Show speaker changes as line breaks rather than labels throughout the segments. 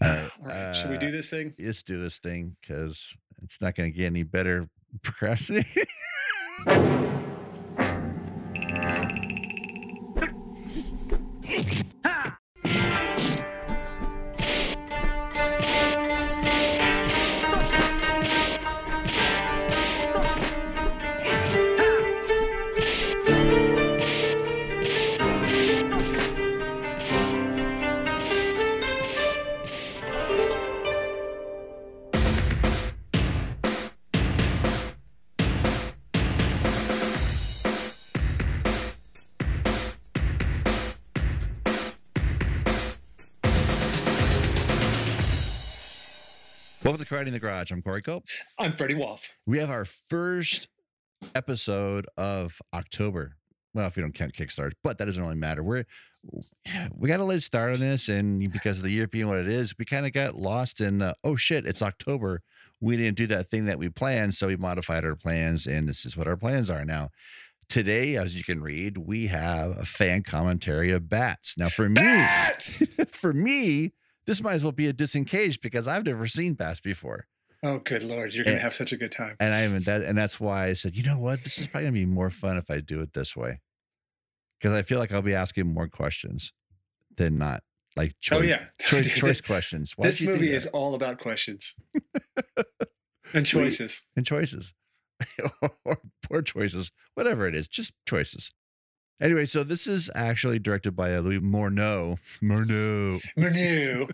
All right. Should we
Uh,
do this thing?
let's do this thing because it's not going to get any better procrastinating. Welcome to Karate in the Garage. I'm Corey Cope.
I'm Freddie Wolf.
We have our first episode of October. Well, if we don't count Kickstarters, but that doesn't really matter. We're we got a late start on this, and because of the year being what it is, we kind of got lost in uh, oh shit, it's October. We didn't do that thing that we planned, so we modified our plans, and this is what our plans are now. Today, as you can read, we have a fan commentary of bats. Now, for me,
Bats!
for me, this might as well be a disengaged because I've never seen bats before.
Oh, good lord! You're gonna
And-
have such a good time. Oh,
And I haven't that, and that's why I said, you know what, this is probably gonna be more fun if I do it this way, because I feel like I'll be asking more questions than not, like choice,
oh yeah,
choice, choice questions. Why
this
did you do
movie
that?
is all about questions and choices.
and choices, or poor choices, whatever it is, just choices. Anyway, so this is actually directed by Louis Morneau, Morneau,
Menu.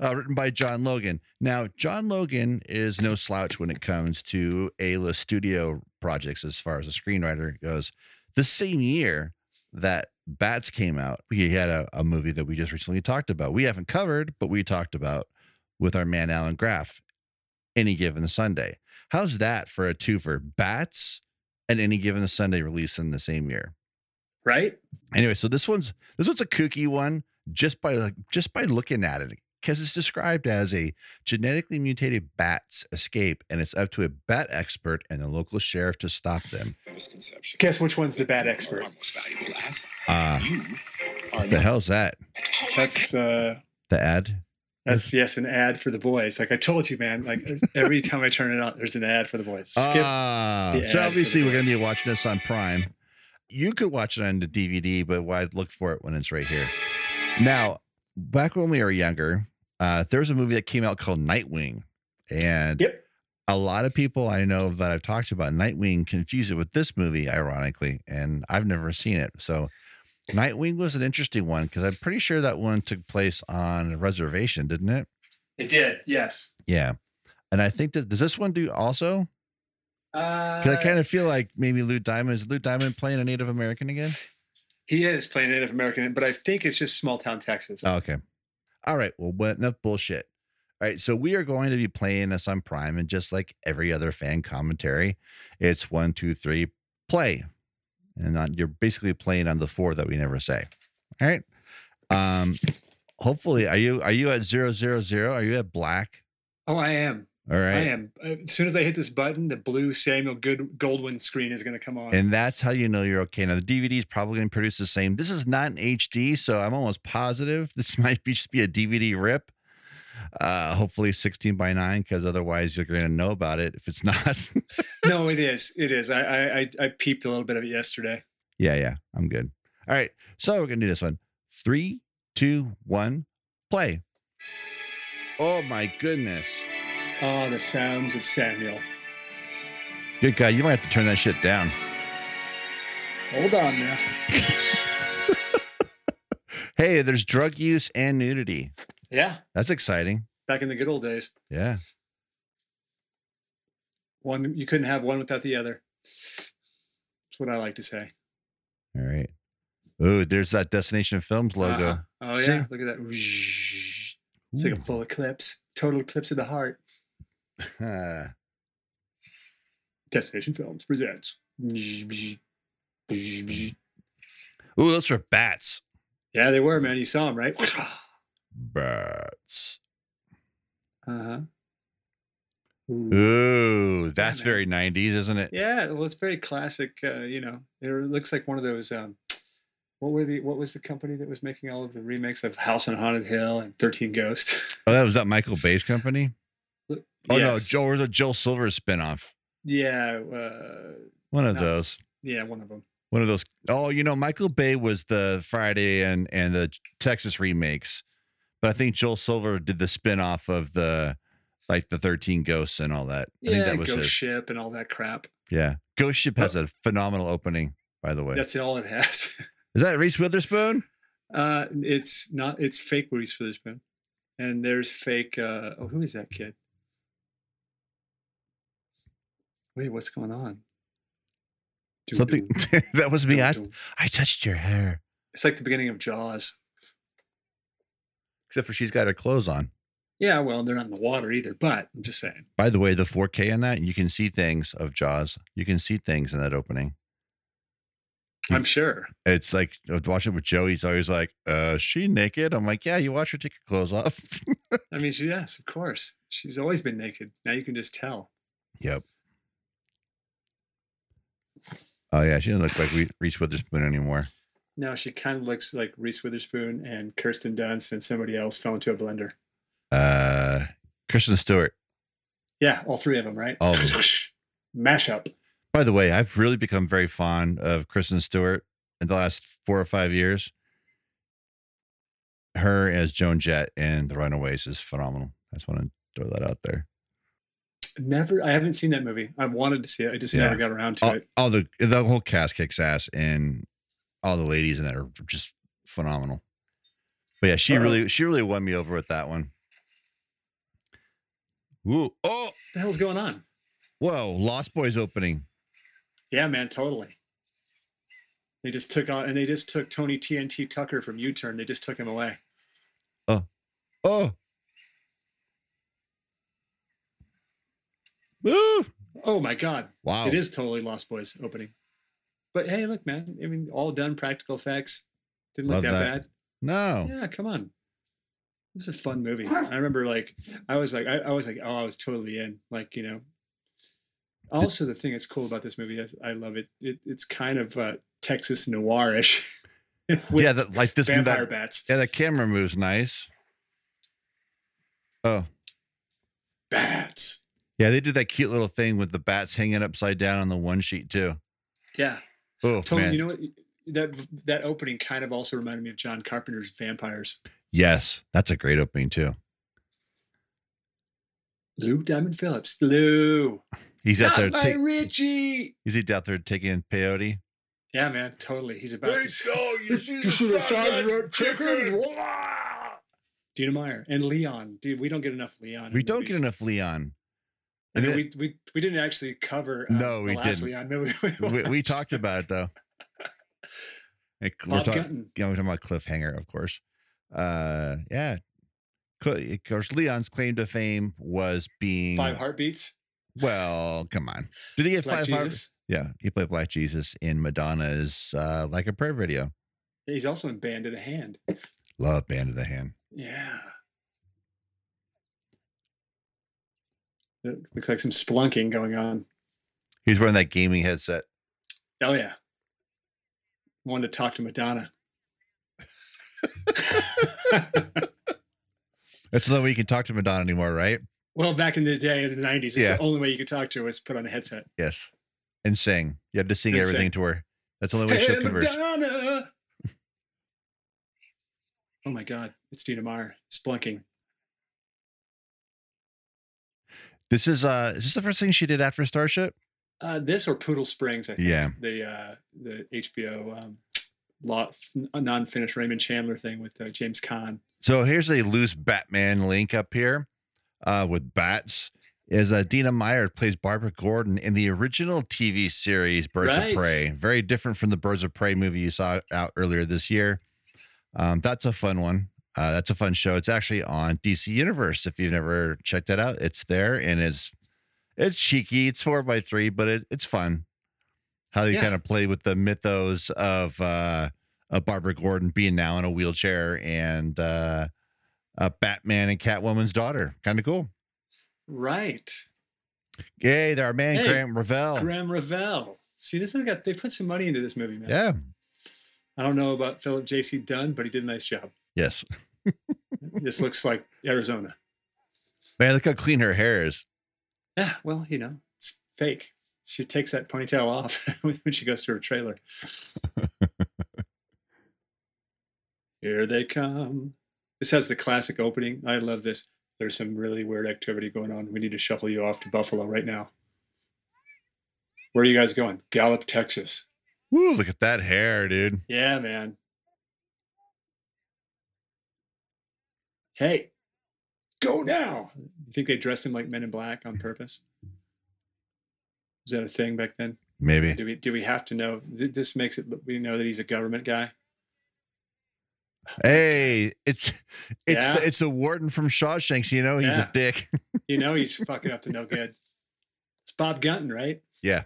uh, written by John Logan. Now, John Logan is no slouch when it comes to A list studio projects as far as a screenwriter goes. The same year that Bats came out, we had a, a movie that we just recently talked about. We haven't covered, but we talked about with our man Alan Graff, Any Given Sunday. How's that for a twofer? Bats and Any Given Sunday released in the same year
Right?
anyway so this one's this one's a kooky one just by like just by looking at it because it's described as a genetically mutated bat's escape and it's up to a bat expert and a local sheriff to stop them
misconception.
Guess which one's the bat
You are
expert?
Our most valuable asset.
uh
You are
the
not.
hell's that
That's uh,
the ad
that's yes, an ad for the boys. Like I told you, man. Like every time I turn it on, there's an ad for the boys. Skip.
Ah,
the
so
ad for
obviously
the
we're gonna
boys.
be watching this on prime you could watch it on the dvd but why look for it when it's right here now back when we were younger uh there was a movie that came out called nightwing and
yep.
a lot of people I know that I've talked to about Nightwing confuse it with this movie, ironically, and I've never seen it. So Nightwing was an interesting one because I'm pretty sure that one took place on a reservation, didn't it?
It did. Yes.
Yeah. And I think that does this one do also?
Uh,
Because I kind of feel like maybe Lou Diamond is Lou Diamond playing a Native American again.
he is playing Native American, but I think it's just small town Texas.
Oh, okay. All right. Well, what enough bullshit. All right. So we are going to be playing this on Prime, and just like every other fan commentary, it's one, two, three, play, and on, you're basically playing on the four that we never say. All right. Um. Hopefully, are you are you at zero zero zero? Are you at black?
oh I am.
All right.
I am. Uh, As soon as I hit this button, the blue Samuel Good Goldwyn screen is going to come on.
And that's how you know you're okay. Now the DVD is probably going to produce the same. This is not an HD, so I'm almost positive this might be just be a DVD rip. Uh, hopefully 16 by 9, because otherwise you're going to know about it if it's not.
no, it is. It is. I, I I I peeped a little bit of it yesterday.
yeah, yeah, I'm good. All right, so we're going to do this one. Three, two, one, play. Oh my goodness,
Oh, the sounds of Samuel.
good guy, you might have to turn that shit down.
Hold on now.
Hey, there's drug use and nudity.
Yeah,
That's exciting.
back in the good old days,
Yeah.
one you couldn't have one without the other. That's what I like to say.
All right. Ooh, there's that Destination Films logo.
Uh-huh. Oh
See?
yeah, look at that. It's like a
Ooh.
full eclipse, total eclipse of the heart.
Ah,
Destination Films presents. Yeah,
Ooh, those were bats.
they were man. You saw them, right?
Bats.
Uh-huh.
Ooh, that's
man.
very 90s, isn't it?
Yeah, well, it's very classic. Uh, you know, it looks like one of those. Um, What were the What was the company that was making all of the remakes of House on Haunted Hill and Thirteen Ghosts?
Oh, that was that Michael Bay's company. Oh no, Joe or the Joel Silver spinoff.
Yeah, uh,
One of
No.
those.
yeah, one of them.
One of those. Oh, you know, Michael Bay was the Friday and and the Texas remakes, but I think Joel Silver did the spinoff of the like the Thirteen Ghosts and all that. I think
Yeah,
that was
Ghost
his.
Ship and all that crap.
Yeah, Ghost Ship has a phenomenal opening. By the way,
That's all it has.
is that Reese Witherspoon?
Uh, it's not. It's fake Reese Witherspoon, and there's fake. Uh, oh, who is that kid? Wait, what's going on? Doom,
Something
doom,
that was me.
doom,
I,
doom.
I touched your hair,
It's like the beginning of Jaws.
except for she's got her clothes on.
Yeah, well, they're not in the water either. But I'm just saying.
By the way, the 4K in that, you can see things of Jaws. You can see things in that opening. Hmm.
I'm sure.
It's like I was watching it with Joe. He's always like, uh, "Is she naked?" I'm like, "Yeah, you watch her take her clothes off."
I mean, she- yes, of course. She's always been naked. Now you can just tell.
yep. Oh yeah, she doesn't look like Re- Reese Witherspoon anymore.
No, she kind of looks like Reese Witherspoon and Kirsten Dunst and somebody else fell into a blender.
Uh, Kristen Stewart.
Yeah, all three of them, right?
All of them.
Mashup.
By the way, I've really become very fond of Kristen Stewart in the last four or five years. Her as Joan Jett in The Runaways is phenomenal. I just want to throw that out there.
Never. I haven't seen that movie. I wanted to see it. I just
Yeah.
never got around to
all,
it.
all the the whole cast kicks ass, and all the ladies in that are just phenomenal. But yeah, she
Uh-oh.
really she really won me over with that one. Ooh, oh,
What the hell's going on?
whoa! Lost Boys opening.
Yeah, man, totally. They just took on, and they just took Tony TNT Tucker from U Turn. They just took him away.
Oh, woo!
Oh my God.
Wow,
It is totally Lost Boys opening. But hey, look, man. I mean, all done practical effects. Didn't look that,
Love that. Oh.
bad.
no.
Yeah, come on. This is a fun movie. I remember like I was like I, I was like, oh, I was totally in. Like, you know. Also the thing that's cool about this movie is I love it. it it's kind of uh Texas noirish. with
yeah, that, like this that,
vampire bats.
yeah, the camera moves nice. Oh,
bats.
yeah, they did that cute little thing with the bats hanging upside down on the one sheet too.
Yeah.
Oh,
Totally
man.
you know what that that opening kind of also reminded me of John Carpenter's vampires.
Yes, that's a great opening too.
Lou Diamond Phillips. Lou.
He's out
Not
there.
my
ta-
Richie.
is he out there taking in peyote?
Yeah, man, totally. He's about to
you
Dina Meyer and Leon. Dude, we don't get enough Leon.
We
in
don't
movies.
get enough Leon.
I mean,
And
we, we we didn't actually cover. uh,
No,
the
we
last
didn't.
Leon movie we,
we, we
watched.
talked about it though. Like, we're,
Bob
talk-
Gunton.
yeah, we're talking about cliffhanger, of course. Uh, yeah, Cl- of course. Leon's claim to fame was being
Five heartbeats.
Well, come on. Did he get
Black
five? heart-
Jesus.
Yeah, he played Black Jesus in Madonna's uh, "Like a Prayer" video.
He's also in Band of the Hand.
Love Band of the Hand.
Yeah. It looks like some splunking going on.
He was wearing that gaming headset.
Oh yeah. Wanted to talk to Madonna.
That's the only way you can talk to Madonna anymore, right?
Well, back in the day in the nineties,
Yeah.
the only way you could talk to her was put on a headset.
Yes. And sing. You have to sing
And
everything
sing.
to her. That's the only way
Hey,
she'll converse.
Madonna! oh my God, it's Dina Meyer splunking.
This is uh is this the first thing she did after Starship?
Uh, this or Poodle Springs, I think.
Yeah.
The uh, the HBO um, lot non finished Raymond Chandler thing with uh, James Caan.
So here's a loose Batman link up here uh with bats. Is uh, Dina Meyer plays Barbara Gordon in the original TV series Birds
Right.
of Prey. Very different from the Birds of Prey movie you saw out earlier this year. Um, that's a fun one. Uh, that's a fun show. It's actually on DC Universe. If you've never checked that out, it's there and it's it's cheeky. It's four by three, but it, it's fun. How they
Yeah.
kind of play with the mythos of uh, of Barbara Gordon being now in a wheelchair and uh, uh, Batman and Catwoman's daughter. Kind of cool.
Right.
Yay, there, our man
Hey,
Graham Revell.
Graham Revell. See, this has got they put some money into this movie, man.
yeah,
I don't know about Philip J.C. Dunn, but he did a nice job.
Yes.
this looks like Arizona.
Man, look how clean her hair is.
Yeah, well, you know, it's fake. She takes that ponytail off when she goes to her trailer. Here they come. This has the classic opening. I love this. There's some really weird activity going on. We need to shuffle you off to Buffalo right now. Where are you guys going? Gallup, Texas.
Woo, look at that hair, dude.
Yeah, man. Hey, go now. You think they dressed him like Men in Black on purpose? Is that a thing back then?
Maybe.
Do we do we have to know? Th- This makes it. We know that he's a government guy.
Hey, it's it's
Yeah.
the, it's the warden from Shawshanks, you know, he's
Yeah.
a dick.
You know, he's fucking up to no good. It's Bob Gunton, right?
Yeah.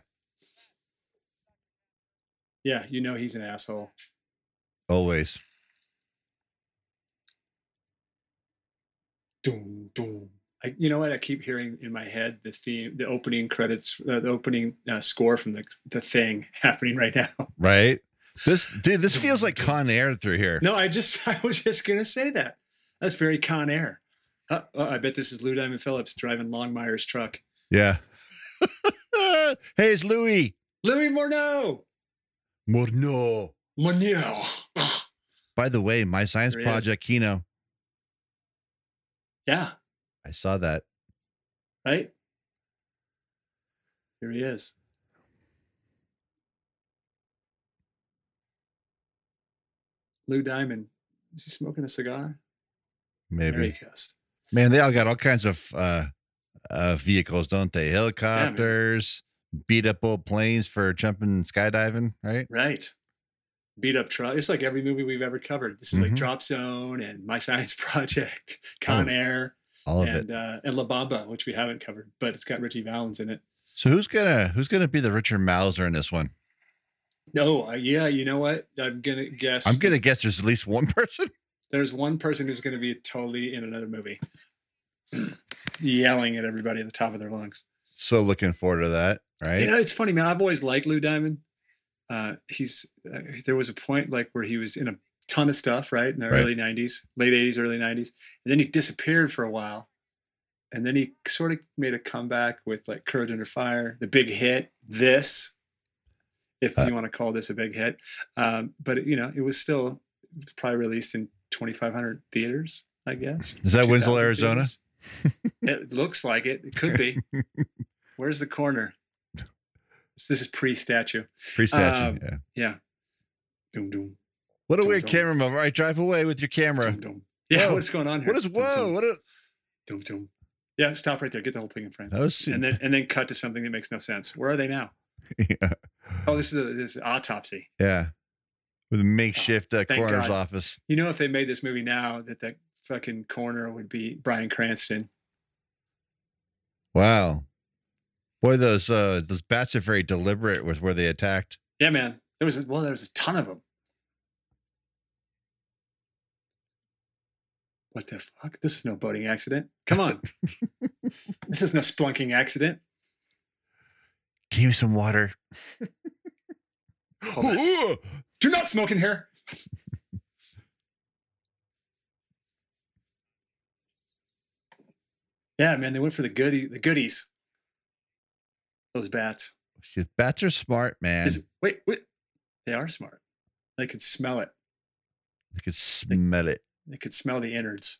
Yeah, you know he's an asshole.
Always.
Doom, doom. I, you know what? I keep hearing in my head the theme, the opening credits, uh, the opening uh, score from the the thing happening right now.
Right? This dude, this feels like Con Air through here.
No, I just I was just gonna say that. That's very Con Air. Uh, uh, I bet this is Lou Diamond Phillips driving Longmire's truck.
Yeah. hey, it's Louis.
Louis Morneau.
Morneau.
Morneau.
By the way, my science
There he is.
project, Kino,
yeah.
I saw that.
right? Here he is. Lou Diamond. Is he smoking a cigar? There he
Maybe.
goes.
Man, they all got all kinds of uh, uh vehicles, don't they? Helicopters, beat up old planes for jumping and skydiving, right?
Right. Beat up truck. It's like every movie we've ever covered. This is like
Mhm.
Drop Zone and My Science Project, Con
Oh,
Air,
All of it.
and uh, and La Bamba, which we haven't covered, but it's got Richie Valens in it.
So who's gonna who's gonna be the Richard Mauser in this one?
No, uh, yeah, you know what? I'm gonna guess.
I'm gonna
it's-
guess there's at least one person.
there's one person who's going to be totally in another movie yelling at everybody at the top of their lungs
So looking forward to that, right?
you know it's funny man i've always liked lou diamond uh, he's uh, there was a point like where he was in a ton of stuff right in the
Right.
early 90s late 80s early 90s and then he disappeared for a while and then he sort of made a comeback with like courage under fire the big hit this if
Uh,
you want to call this a big hit um, but you know it was still it was probably released in 2500 theaters i guess
Is that Winslow,
2,000
Arizona?
theaters. it looks like it. It could be. Where's the corner? This this is pre-statue.
Pre statue.
Um,
yeah.
Yeah. Doom doom.
What a
dum,
weird
dum.
camera move. All right, drive away with your camera.
Doom, doom. Yeah,
Whoa.
what's going on here?
What is
Dum, dum,
whoa? What a
Dum, dum. Yeah, stop right there. Get the whole thing in frame.
that was
And then and then cut to something that makes no sense. Where are they now?
yeah.
Oh, this is a, this is autopsy.
yeah. With a makeshift uh,
Oh, thank
coroner's
God.
office.
You know, if they made this movie now, that that fucking corner would be Brian Cranston.
Wow. Boy, those uh those bats are very deliberate with where they attacked.
Yeah, man. There was a, well, there was a ton of them. What the fuck? This is no boating accident. Come on. this is no splunking accident.
Give me some water.
Hold on. Do not smoke in here. yeah, man, they went for the goodie, the goodies. Those bats.
Shit, bats are smart, man.
Is, wait, wait. They are smart. They could smell it.
I could smell it.
They could smell the innards.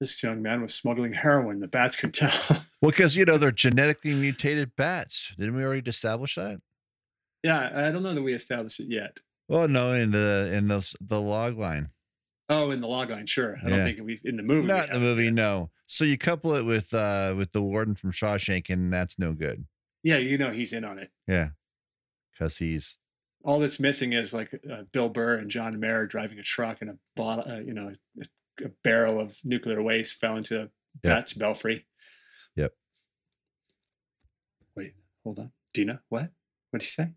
This young man was smuggling heroin. The bats could tell.
Well, because you know they're genetically mutated bats. Didn't we already establish that?
yeah, I don't know that we established it yet.
Well, no, in the in the the log line,
Oh, in the log line, sure. I don't
Yeah.
think we in the movie. we
not in the
have.
movie. No. So you couple it with uh with the warden from Shawshank, and that's no good.
Yeah, you know he's in on it.
Yeah, because he's
All that's missing is like uh, Bill Burr and John Mayer driving a truck and a bottle, uh, you know, a, a barrel of nuclear waste fell into a bat's belfry.
Yep.
Wait, hold on, Dina. What? What did she say?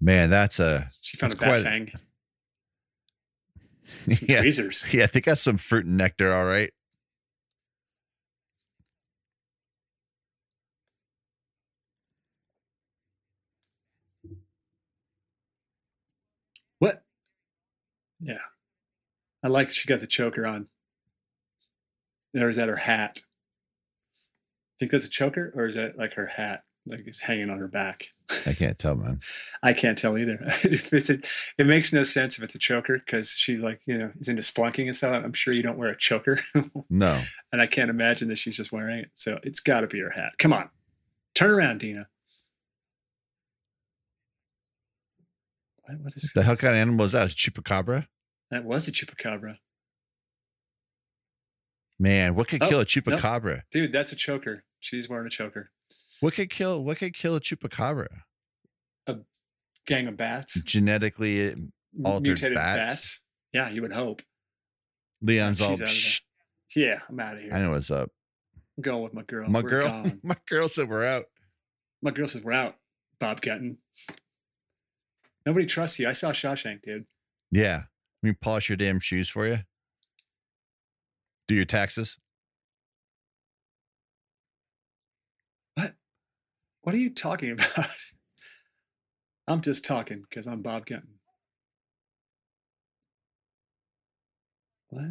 man. That's a
She found
That's
a bat
quite-
fang. Some
yeah
tweezers.
yeah. I think that's some fruit and nectar. All right.
Yeah. I like she got the choker on. Or is that her hat? Think that's a choker, or is that like her hat? Like it's hanging on her back.
I can't tell, man.
I can't tell either. if it's a, it makes no sense if it's a choker because she like you know is into splunking and stuff. I'm sure you don't wear a choker, and
No,
I can't imagine that she's just wearing it. So it's got to be her hat. Come on, turn around, Dina. What, what is
the hell kind of animal is that? It's chupacabra.
that? Was a chupacabra,
Man, what could
Oh,
kill a chupacabra?
dude? That's a choker. She's wearing a choker.
What could kill? What could kill a chupacabra?
Gang of bats,
Genetically, Altered
mutated
bats?
bats. Yeah, you would hope.
Leon's all.
She's out of
"Psh,
Yeah, I'm out of here.
I know what's up.
I'm going with my girl.
My
We're
girl,
gone.
my girl said we're out.
My girl says, We're out, Bob Gutton. Nobody trusts you. I saw Shawshank, dude.
Yeah, let me polish your damn shoes for you. Do your taxes.
What are you talking about? I'm just talking because I'm Bob Gutton. What?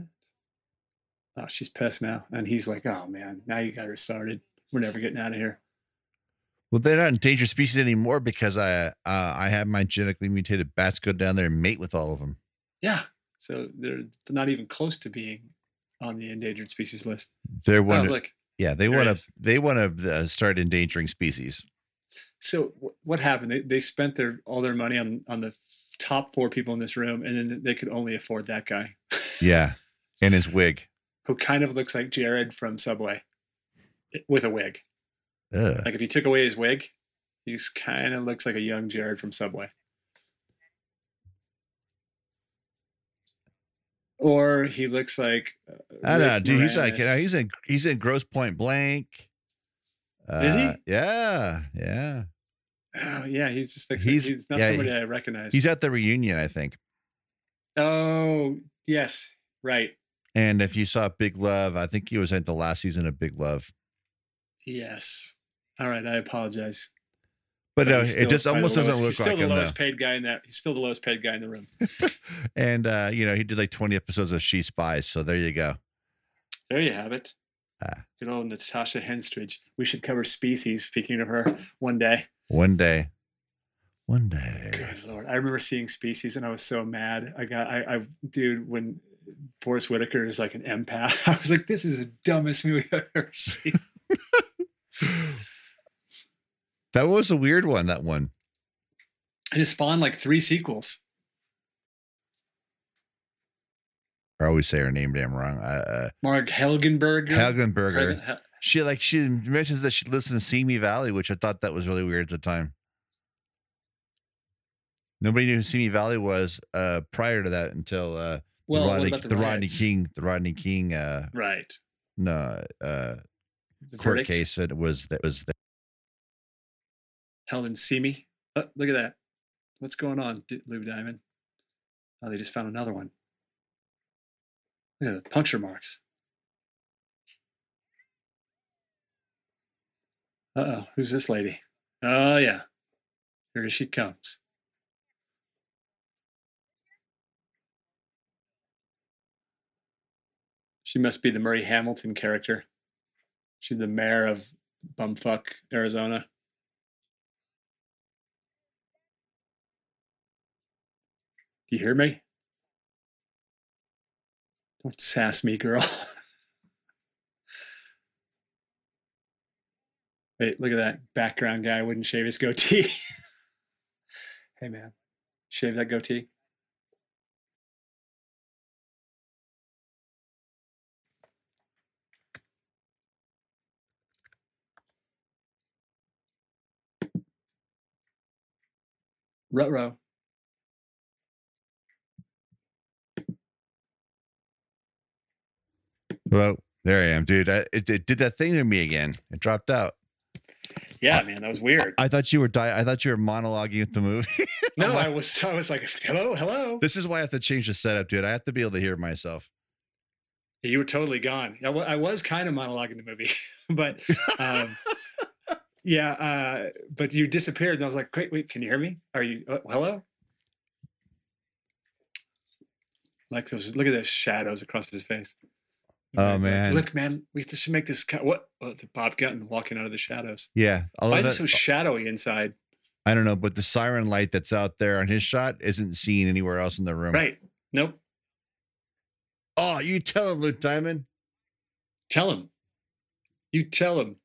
Oh, she's pissed now. And he's like, Oh, man, now you got her started. We're never getting out of here.
Well, they're not endangered species anymore because I uh, I had my genetically mutated bats go down there and mate with all of them.
Yeah. So they're not even close to being on the endangered species list.
They're
Oh,
one.
look.
yeah, they
there it
want
is.
to. They want to uh, start endangering species.
So wh- what happened? They, they spent their all their money on on the f- top four people in this room, and then they could only afford that guy,
Yeah, and his wig.
who kind of looks like Jared from Subway, i- with a wig.
Ugh.
Like if you took away his wig, he's kind of looks like a young Jared from Subway. Or he looks like uh,
I don't know,
Rick
dude. He's like, you know,
Moranis.
he's in, he's in Gross Point Blank.
Is he?
Uh, Yeah, yeah.
oh, yeah, he's just looks like-
he's-
he's, not
yeah,
somebody
he-
I recognize.
He's at the reunion, I think.
oh yes, right.
And if you saw Big Love, I think he was at the last season of Big Love.
Yes. All right, I apologize.
But
But
no,
he's
it
still
just
probably
almost
the lowest-
doesn't look
he's still
like
the
him.
lowest
Though.
paid guy in that. He's still the lowest paid guy in the room.
And uh, you know, he did like 20 episodes of She Spies, so there you go.
There you have it.
Ah.
Good old Natasha Henstridge. We should cover species. Speaking of her, one day.
One day. One day.
Good lord! I remember seeing species, and I was so mad. I got, I, I dude, when Forrest Whitaker is like an empath, I was like, this is the dumbest movie I've ever seen.
That was a weird one, that one.
and it spawned like three sequels.
I always say her name damn wrong. Uh,
Mark
uh
Helgenberger.
Helgenberger.
Helgen- Hel-
She like she mentions that she lives in Simi Valley, which I thought that was really weird at the time. Nobody knew who Simi Valley was uh, prior to that until uh,
Well, what
Rodney,
about
the,
the,
Rodney
riots?
King, the Rodney King, uh,
Right.
no, uh,
The
court
verdict
case that was that was the,
held in Simi. Oh, look at that. What's going on, D- Lou Diamond? Oh, they just found another one. Look at the puncture marks. Uh oh, who's this lady? Oh, yeah. Here she comes. She must be the Murray Hamilton character. She's the mayor of bumfuck Arizona. Do you hear me? Don't sass me, girl. Wait, look at that background guy wouldn't shave his goatee. hey, man, shave that goatee. Ruh-roh.
well, there I am, dude. I, it, it did that thing to me again. It dropped out.
Yeah, man, that was weird.
I thought you were di- I thought you were monologuing at the movie.
No,
like-
I was I was like, hello, hello.
this is why I have to change the setup, dude. I have to be able to hear myself.
You were totally gone. I wa- I was kind of monologuing the movie, but um, yeah, uh, but you disappeared, and I was oh, like, wait, wait, can you hear me? Are you uh, hello? Like those, look at those shadows across his face.
Oh,
Like,
man.
Look, man, we have to sh- make this cut. What? Oh, the Bob Gunton walking out of the shadows.
Yeah. although
Why is it
that-
so shadowy inside?
I don't know, but the siren light that's out there on his shot isn't seen anywhere else in the room.
Right. Nope.
Oh, you tell him, Luke Diamond.
Tell him. You tell him.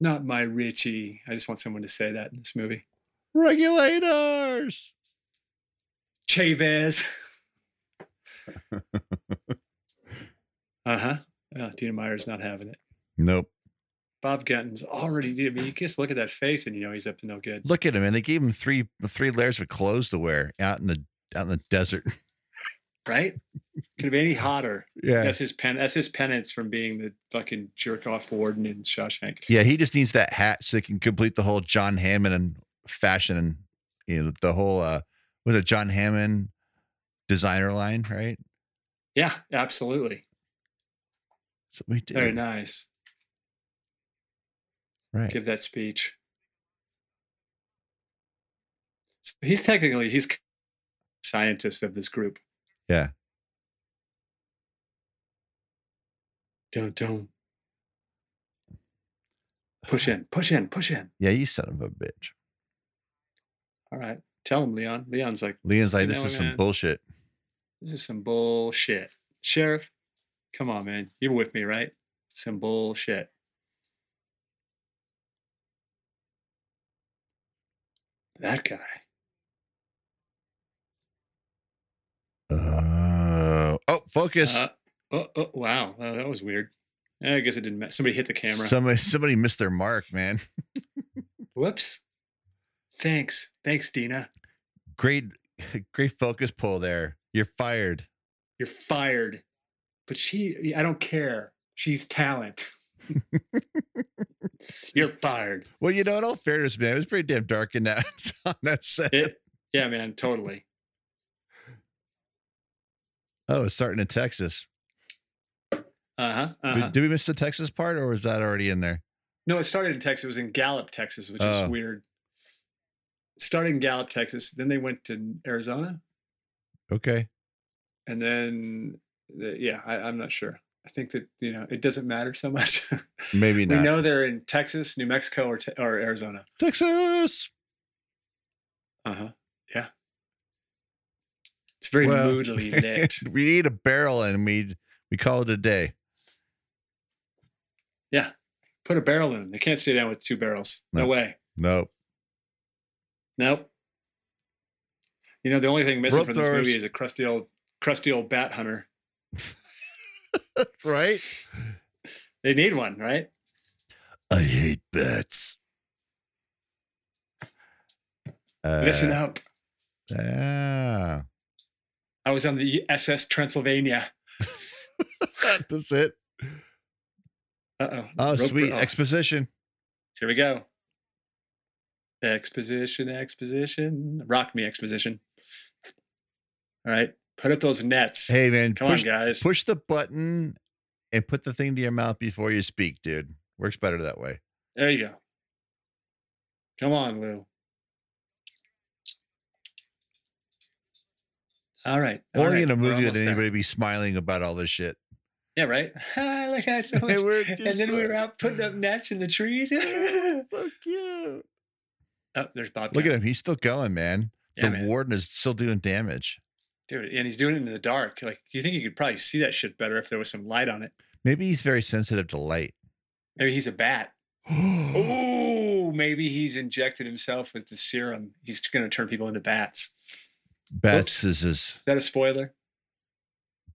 Not my Richie. I just want someone to say that in this movie.
Regulators.
Chavez. uh huh. Oh, Dina Meyer's not having it.
Nope.
Bob Gunton's already. I mean, you just look at that face and you know he's up to no good.
Look at him, and they gave him three three layers of clothes to wear out in the out in the desert.
right? Could have been any hotter.
Yeah.
That's his pen. That's his penance from being the fucking jerk off warden in Shawshank.
Yeah, he just needs that hat so he can complete the whole John Hammond and fashion and you know, the whole uh was it John Hammond designer line, right?
Yeah, absolutely.
So we did
Very nice.
right.
Give that speech. So he's technically he's scientist of this group.
Yeah.
Don't don't
Uh.
push in, push in, push in.
Yeah, you son of a bitch.
All right, tell him, Leon. Leon's like.
Leon's like,
You
this
know,
is some
man.
bullshit.
This is some bullshit. Sheriff, come on, man. You're with me, right? Some bullshit. That guy.
Oh, oh, focus.
Uh, oh, oh, wow. Oh, that was weird. Eh, I guess it didn't matter. Somebody hit the camera.
Somebody, somebody missed their mark, man.
Whoops. Thanks. Thanks, Dina.
Great, great focus pull there. You're fired.
You're fired. But she, I don't care. She's talent. You're fired.
Well, you know, in all fairness, man, it was pretty damn dark in that on that set.
It, yeah, man, totally.
Oh, it's starting in Texas.
Uh huh.
Did-
Uh huh.
Did, we miss the Texas part, or was that already in there?
No, it started in Texas. It was in Gallup, Texas, which
Oh.
is weird. It started in Gallup, Texas. Then they went to Arizona,
Okay.
and then the- yeah, I, I'm not sure. I think that you know it doesn't matter so much.
Maybe
we
not.
know they're in Texas, New Mexico, or te- or Arizona.
Texas.
Uh huh. Yeah. It's very
Well,
moodily lit.
we need a barrel, and we we call it a day.
Put a barrel in them. They can't stay down with two barrels.
No.
no way.
Nope.
Nope. You know the only thing missing
Rope
from this movie
throwers.
is a crusty old, crusty old bat hunter.
Right.
They need one, right?
I hate bats. Uh,
Listen up.
Ah,
I was on the SS Transylvania.
that's it.
Uh oh.
Oh, sweet exposition.
Here we go. Exposition, exposition. Rock me, exposition. All right. Put up those nets.
Hey man,
Come
push,
on, guys.
push the button and put the thing to your mouth before you speak, dude. Works better that way.
There you go. Come on, Lou. All right. all
Only
right,
in a
we're
movie would
almost there.
anybody be smiling about all this shit.
Yeah, right. Ah, look at so much.
Hey, we're
And
just uh,
then we
so-
were out putting up nets in the trees. oh,
so cute.
there's Bob.
Look at him. He's still going, man.
Yeah,
the
man.
warden is still doing damage.
Dude, and he's doing it in the dark. Like you think you could probably see that shit better if there was some light on it.
Maybe he's very sensitive to light.
Maybe he's a bat.
oh,
Oh, maybe he's injected himself with the serum. He's going to turn people into bats.
Bats is his.
Is that a spoiler?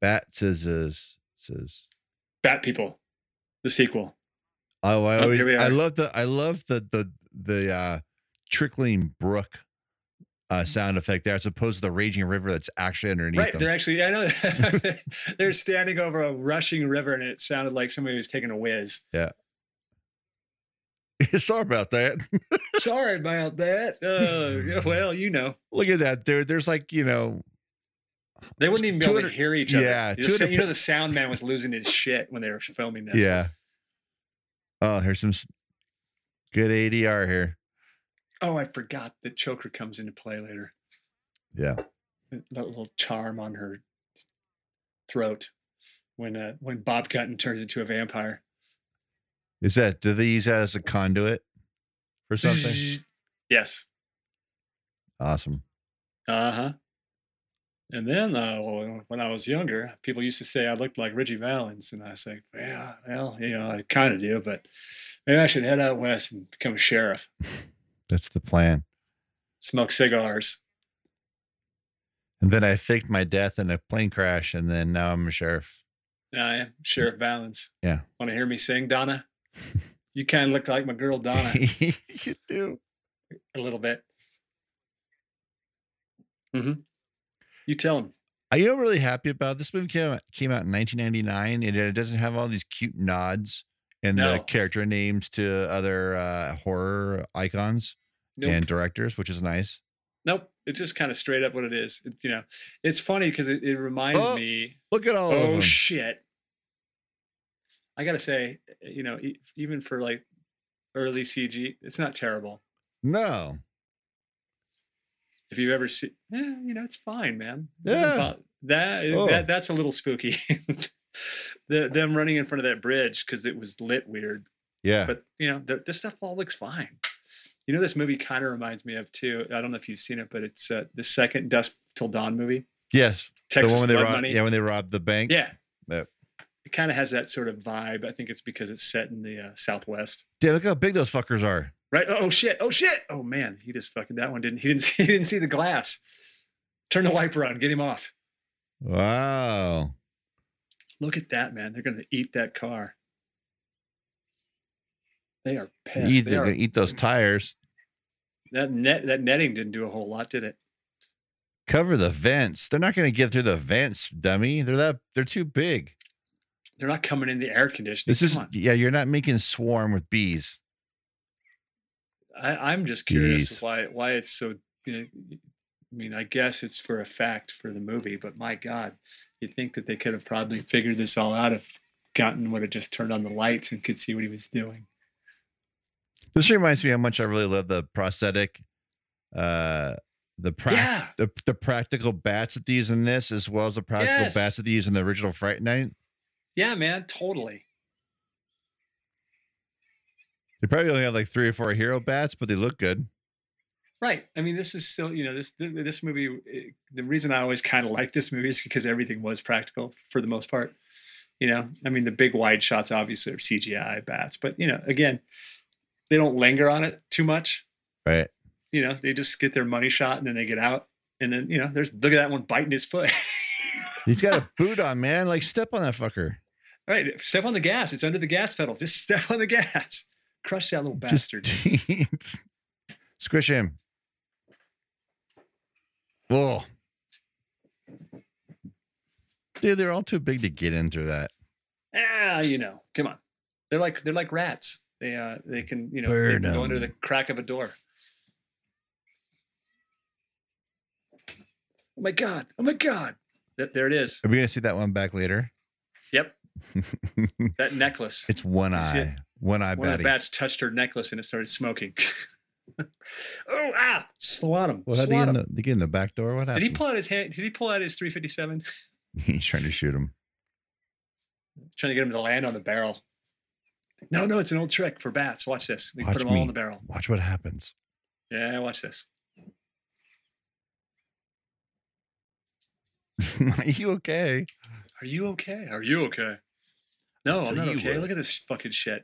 Bats is his. is-
Bat people, the sequel.
Oh, I
Oh,
always,
here we
I
are.
love the, I love the, the, the uh, trickling brook uh, sound effect there, as opposed to the raging river that's actually
Mm-hmm.
underneath
right,
them.
they're actually. I know they're standing over a rushing river, and it sounded like somebody was taking a whiz.
Sorry about that.
Sorry about that. Uh, yeah, well, you know,
Look at that, dude. There's like, you know,
they wouldn't even be able to
200
hear each other.
yeah,
you, just said-
200
you know, the sound man was losing his shit when they were filming this.
yeah. Oh, here's some s- good ADR here.
Oh, I forgot that choker comes into play later.
Yeah.
that little charm on her throat when uh, when Bob Cutton turns into a vampire.
Is that do they use that as a conduit for something?
yes.
awesome.
Uh huh. And then uh, when- when I was younger, people used to say I looked like Reggie Valens, and I was like, yeah, well, you know, I kind of do, but maybe I should head out west and become a sheriff,
That's the plan.
smoke cigars.
And then I faked my death in a plane crash, and then now I'm a sheriff.
I am Sheriff Valens.
Yeah.
Want to hear me sing, Donna? You kind of look like my girl Donna
you do.
a little bit. hmm You tell him.
Are you really happy about this movie? Came out, came out in 1999, and it doesn't have all these cute nods and the
No.
character names to other uh, horror icons
Nope.
and directors, which is nice.
nope. It's just kind of straight up what it is. It's you know, it's funny because it, it reminds
Oh.
me
Look at all of
Oh
them.
shit! I gotta say, uh, you know, e- even for like early CG, it's not terrible.
no,
If you've ever seen, yeah, you know, it's fine, man. It doesn't
Yeah.
bo- that, eh,
Oh.
that that's a little spooky. the, them running in front of that bridge because it was lit weird,
yeah,
but you know, th- this stuff all looks fine. You know, this movie kind of reminds me of too. I don't know if you've seen it, but it's uh, the second Dust Till Dawn movie,
yes.
Texas
the one
Blood
when they robbed,
Money.
yeah, when they robbed the bank.
Yeah.
Yep.
It kind of has that sort of vibe. I think it's because it's set in the uh, Southwest.
Dude, look how big those fuckers are.
Right? Oh shit! Oh shit! Oh man, he just fucking that one didn't. He didn't. See, he didn't see the glass. Turn the wiper on. Get him off.
Wow.
Look at that man. They're gonna eat that car. They are pissed.
Eat,
They
they're
are-
gonna eat those tires.
that net that netting didn't do a whole lot, did it?
Cover the vents. They're not gonna get through the vents, dummy. They're that they're too big.
They're not coming in the air conditioning.
This is
Come on.
yeah, you're not making swarm with bees.
I, I'm just curious
Jeez.
why why it's so. You know, I mean, I guess it's for a fact for the movie, but my God, you'd think that they could have probably figured this all out if gotten would have just turned on the lights and could see what he was doing.
This reminds me how much I really love the prosthetic uh the prac
yeah,
the, the practical bats that they use in this as well as the practical
Yes.
bats that they use in the original Fright Night.
yeah, man, totally.
They probably only have like three or four hero bats, but they look good.
Right. I mean, this is still, you know, this th- this movie. eh, The reason I always kind of like this movie is because everything was practical for the most part. You know, I mean, the big wide shots obviously are CGI bats, but you know, again, they don't linger on it too much.
Right.
You know, they just get their money shot and then they get out, and then you know, there's look at that one biting his foot.
He's got a boot on, man. Like step on that fucker.
right, step on the gas. It's under the gas pedal. Just step on the gas. Crush that little bastard.
Just, squish him. Oh. Dude, they're all too big to get in through that.
ah, you know, come on. They're like they're like rats. They uh they can you know they
Burn
can go under the
'em.
crack of a door. Oh my god! Oh my god! That there it is.
Are we gonna see that one back later?
Yep, that necklace.
it's one
You see it?
eye. One eye
One of
batty.
the bats touched her necklace and it started smoking. oh ah! Swat him!
Well, how'd they,
swat
get in
him!
the, they get in the back door? What
Did
happened?
he pull out his hand? Did he pull out his 357?
He's trying to shoot him.
Trying to get him to land on the barrel. No, no, it's an old trick for bats. Watch this. We
Watch
put them all
me.
in the barrel.
Watch what happens.
Yeah, watch this.
Are you okay?
Are you okay? Are you okay? No,
tell
I'm not
you
okay.
what.
Look at this fucking shit.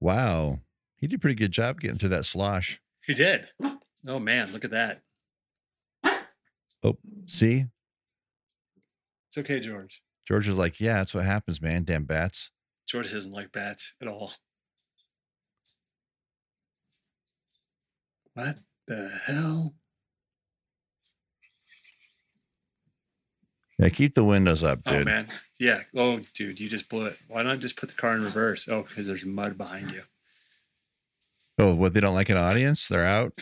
Wow. He did a pretty good job getting through that slosh.
He did. Oh man, look at that.
See?
It's okay, George.
George is like, yeah, that's what happens, man. Damn bats.
George doesn't like bats at all. What the hell?
Yeah, keep the windows up,
Oh
dude.
man. Yeah. Oh dude, you just blew it. Why not just put the car in reverse? Oh, because there's mud behind you.
Oh, what they don't like an audience? They're out.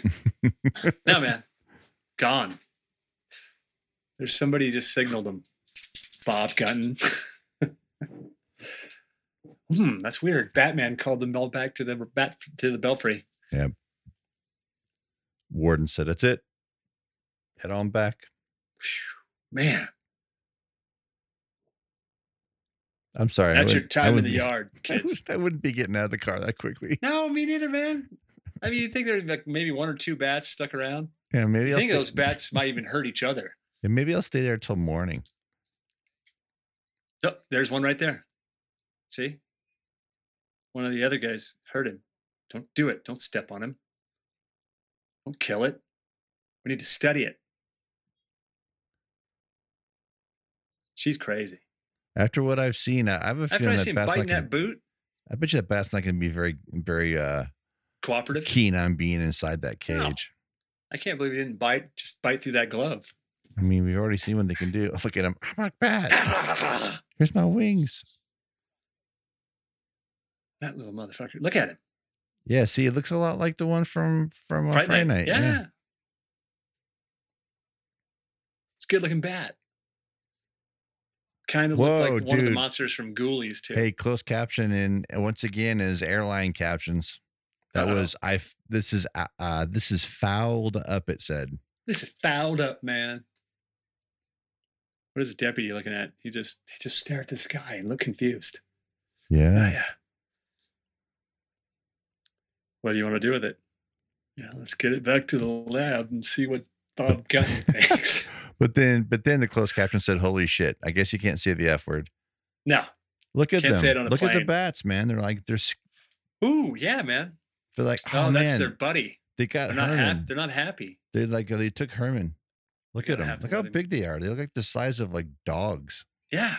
No, man. Gone. There's somebody just signaled him. Bob Gunton. hmm, that's weird. Batman called them all back to the bat to the belfry.
Warden said, "That's it. head on back.
Man,
I'm sorry. I
that's your
wouldn't- I
time in the
wouldn't be-
yard,
I,
kids.
would, I wouldn't be getting out of the car that quickly.
no, me neither, man. I mean, you think there's like maybe one or two bats stuck around?
Yeah, maybe
You
I'll
think
stay-
those bats might even hurt each other.
yeah, maybe I'll stay there till morning.
Oh, there's one right there. See? One of the other guys hurt him. Don't do it. Don't step on him. Don't kill it. We need to study it. She's crazy.
After what I've seen, I I have a
After I
feeling
see
that
him
Bat's not
biting
gonna,
that boot,
I bet you that Bat's not going to be very, very uh,
cooperative.
keen on being inside that
No.
cage.
I can't believe he didn't bite, just bite through that glove.
I mean, we've already seen what they can do. Look at him. I'm not Bat. Here's my wings.
that little motherfucker. Look at him.
Yeah, see, it looks a lot like the one from from uh, Friday,
Friday, night.
Night.
Yeah. It's a good looking bat. Kind of look
Whoa,
like one of the
dude.
monsters from Ghoulies too.
Hey, closed caption and and once again is airline captions. That
Uh-oh.
was I. f- This is uh, uh this is fouled up. It said
This is fouled up, man. What is the deputy looking at? He just he just stare at this guy and look confused. Oh,
yeah.
yeah. What do you want to do with it? Yeah, let's get it back to the lab and see what Bob Gunn thinks.
But then but then the closed caption said, "Holy shit! I guess you can't say the f word."
no.
Look at
Can't
them.
say it on a
Look at the
plane.
bats, man. They're like they're s-
Ooh, yeah, man.
they're like oh,
Oh, that's
man,
their buddy.
they got
They're not happy.
Herman.
They're not happy.
They're like oh, they took Herman. Look at
gotta
them.
have to
Look how
let him-
big they are. They look like the size of like dogs.
Yeah.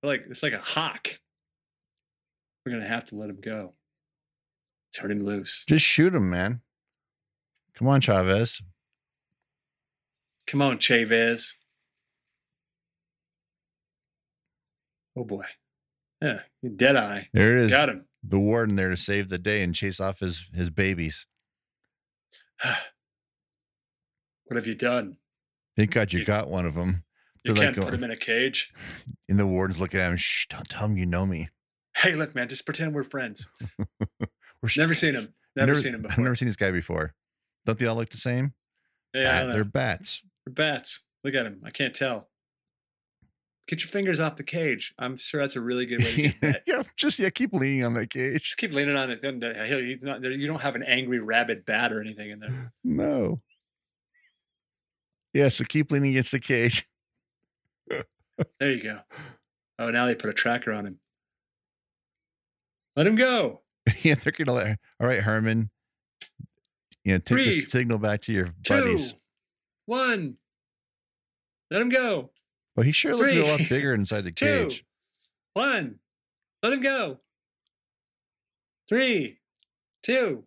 They're like it's like a hawk. We're gonna have to let him go. Turn him loose.
Just shoot them, man. Come on, Chavez.
Come on, Chavez. Oh boy. Yeah, dead eye.
There it is.
Got him.
the warden there to save the day and chase off his his babies.
What have you done?
Thank God you
You-
got one of them.
You
They're like
can't put
going-
him in a cage.
And the warden's looking at him. Shh! Don't tell him you know me.
Hey, look, man, just pretend we're friends.
We're
Never seen him. Never, seen him
I've
before.
never seen this guy before. Don't they all look the same?
yeah, I
Bat-
don't know.
they're bats.
They're bats. Look at him. I can't tell. Get your fingers off the cage. I'm sure that's a really good way to get that.
yeah, just yeah. Keep leaning on that cage.
Just keep leaning on it. Then the- he'll- he's not- You don't have an angry rabid bat or anything in there.
No. Yeah, so keep leaning against the cage.
There you go. Oh, now they put a tracker on him. Let him go.
yeah, they're gonna let. her- All right, Herman. You know, take
Three,
this signal back to your
Two,
buddies.
one. Let him go.
Well, he sure looked a
three,
lot bigger inside the
Two,
cage.
one. Let him go. Three, two.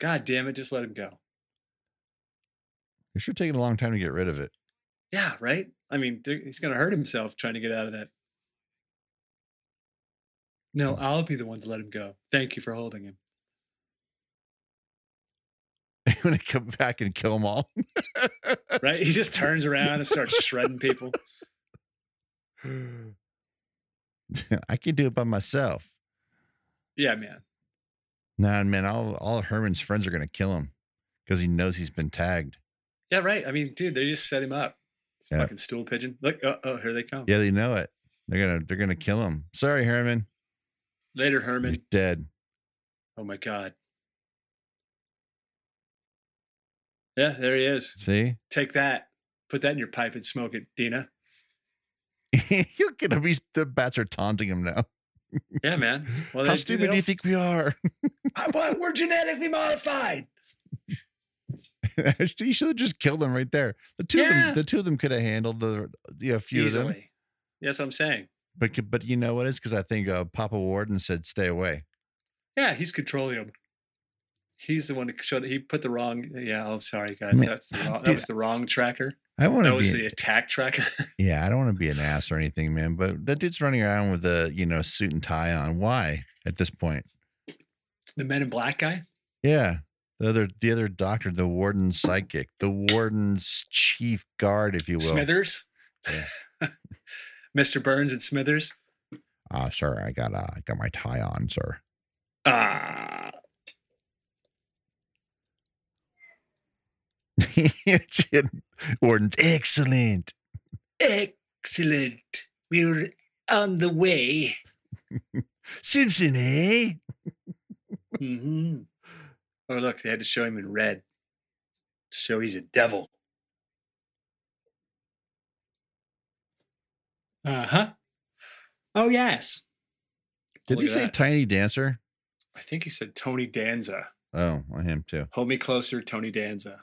God damn it! Just let him go.
It sure taking a long time to get rid of it.
Yeah, right. I mean, th- he's gonna hurt himself trying to get out of that. No, I'll be the one to let him go. Thank you for holding him.
I'm gonna come back and kill them all.
Right? He just turns around and starts shredding people.
I can do it by myself.
Yeah, man.
Nah, man, all all of Herman's friends are gonna kill him because he knows he's been tagged.
Yeah, right. I mean, dude, they just set him up. It's
Yeah.
Fucking stool pigeon. Look, oh, oh, here they come.
Yeah, they know it. They're gonna they're gonna kill him. Sorry, Herman.
Later,
You're
Herman.
dead.
Oh my God. Yeah, there he is.
See?
Take that. Put that in your pipe and smoke it, Dina.
You'll get him. He's, the bats are taunting him now.
Yeah, man. Well,
How
they-
stupid do
they'll-
you think we are?
I- what? We're genetically modified.
you should have just killed them right there. The two of
Yeah.
them, the two of them could have handled the yeah, a few of them.
Easily. That's what I'm saying.
But c- but you know what? It's because I think uh, Papa Warden said stay away.
Yeah, he's controlling him. He's the one that showed. He put the wrong. Yeah, I'm sorry, guys.
Man,
That's the wrong, that
dude,
was the wrong tracker.
I want
That
to be.
was the attack tracker.
Yeah, I don't want to be an ass or anything, man. But that dude's running around with a you know suit and tie on. Why at this point?
the Men in Black guy.
Yeah, the other the other doctor, the warden's psychic, the warden's chief guard, if you will.
Smithers.
Yeah.
Mr. Burns and Smithers.
Ah, sir, I got uh, I got my tie on, sir.
Ah.
Warden's excellent.
Excellent. We're on the way.
Simpson, eh?
Mm-hmm.
hmm Oh, look, they had to show him in red to show he's a devil.
Uh huh. Oh yes.
Did
Look
he
at
say
that.
Tiny Dancer?
I think he said Tony Danza.
Oh, well, him too.
Hold me closer, Tony Danza.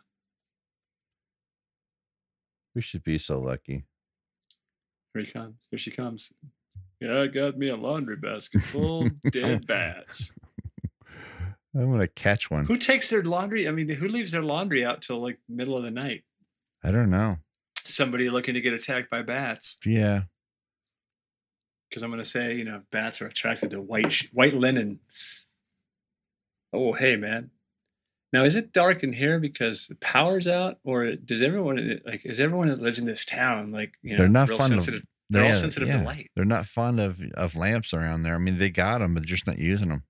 We should be so lucky.
Here he comes. Here she comes. Yeah, I got me a laundry basket full of dead bats.
I'm gonna catch one.
Who takes their laundry? I mean, who leaves their laundry out till like middle of the night?
I don't know.
Somebody looking to get attacked by bats.
Yeah.
Because I'm going to say, you know, bats are attracted to white sh- white linen. Oh, hey, man. Now, is it dark in here because the power's out, or does everyone like is everyone that lives in this town like you know
They're not
real
fond of-
sensitive? They're all
Yeah,
sensitive
yeah.
to light.
They're not fond of of lamps around there. I mean, they got them, but they're just not using them.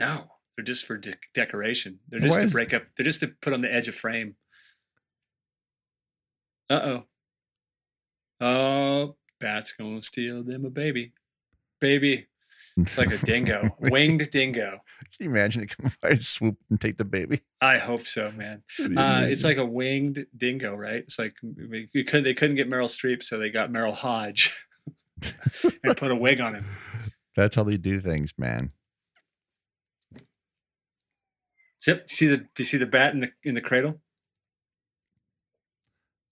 No, they're just for de- decoration. They're
Why
just to
is-
break up. They're just to put on the edge of frame. Uh oh. Oh, bat's gonna steal them a baby. Baby, it's like a dingo, winged dingo.
Can you imagine they come by and swoop and take the baby?
I hope so, man.
That'd be
Uh, it's
amazing.
like a winged dingo, right? It's like we- you could they couldn't get Meryl Streep, so they got Meryl Hodge and put a wig on him.
that's how they do things, man.
Yep. See the do you see the bat in the in the cradle?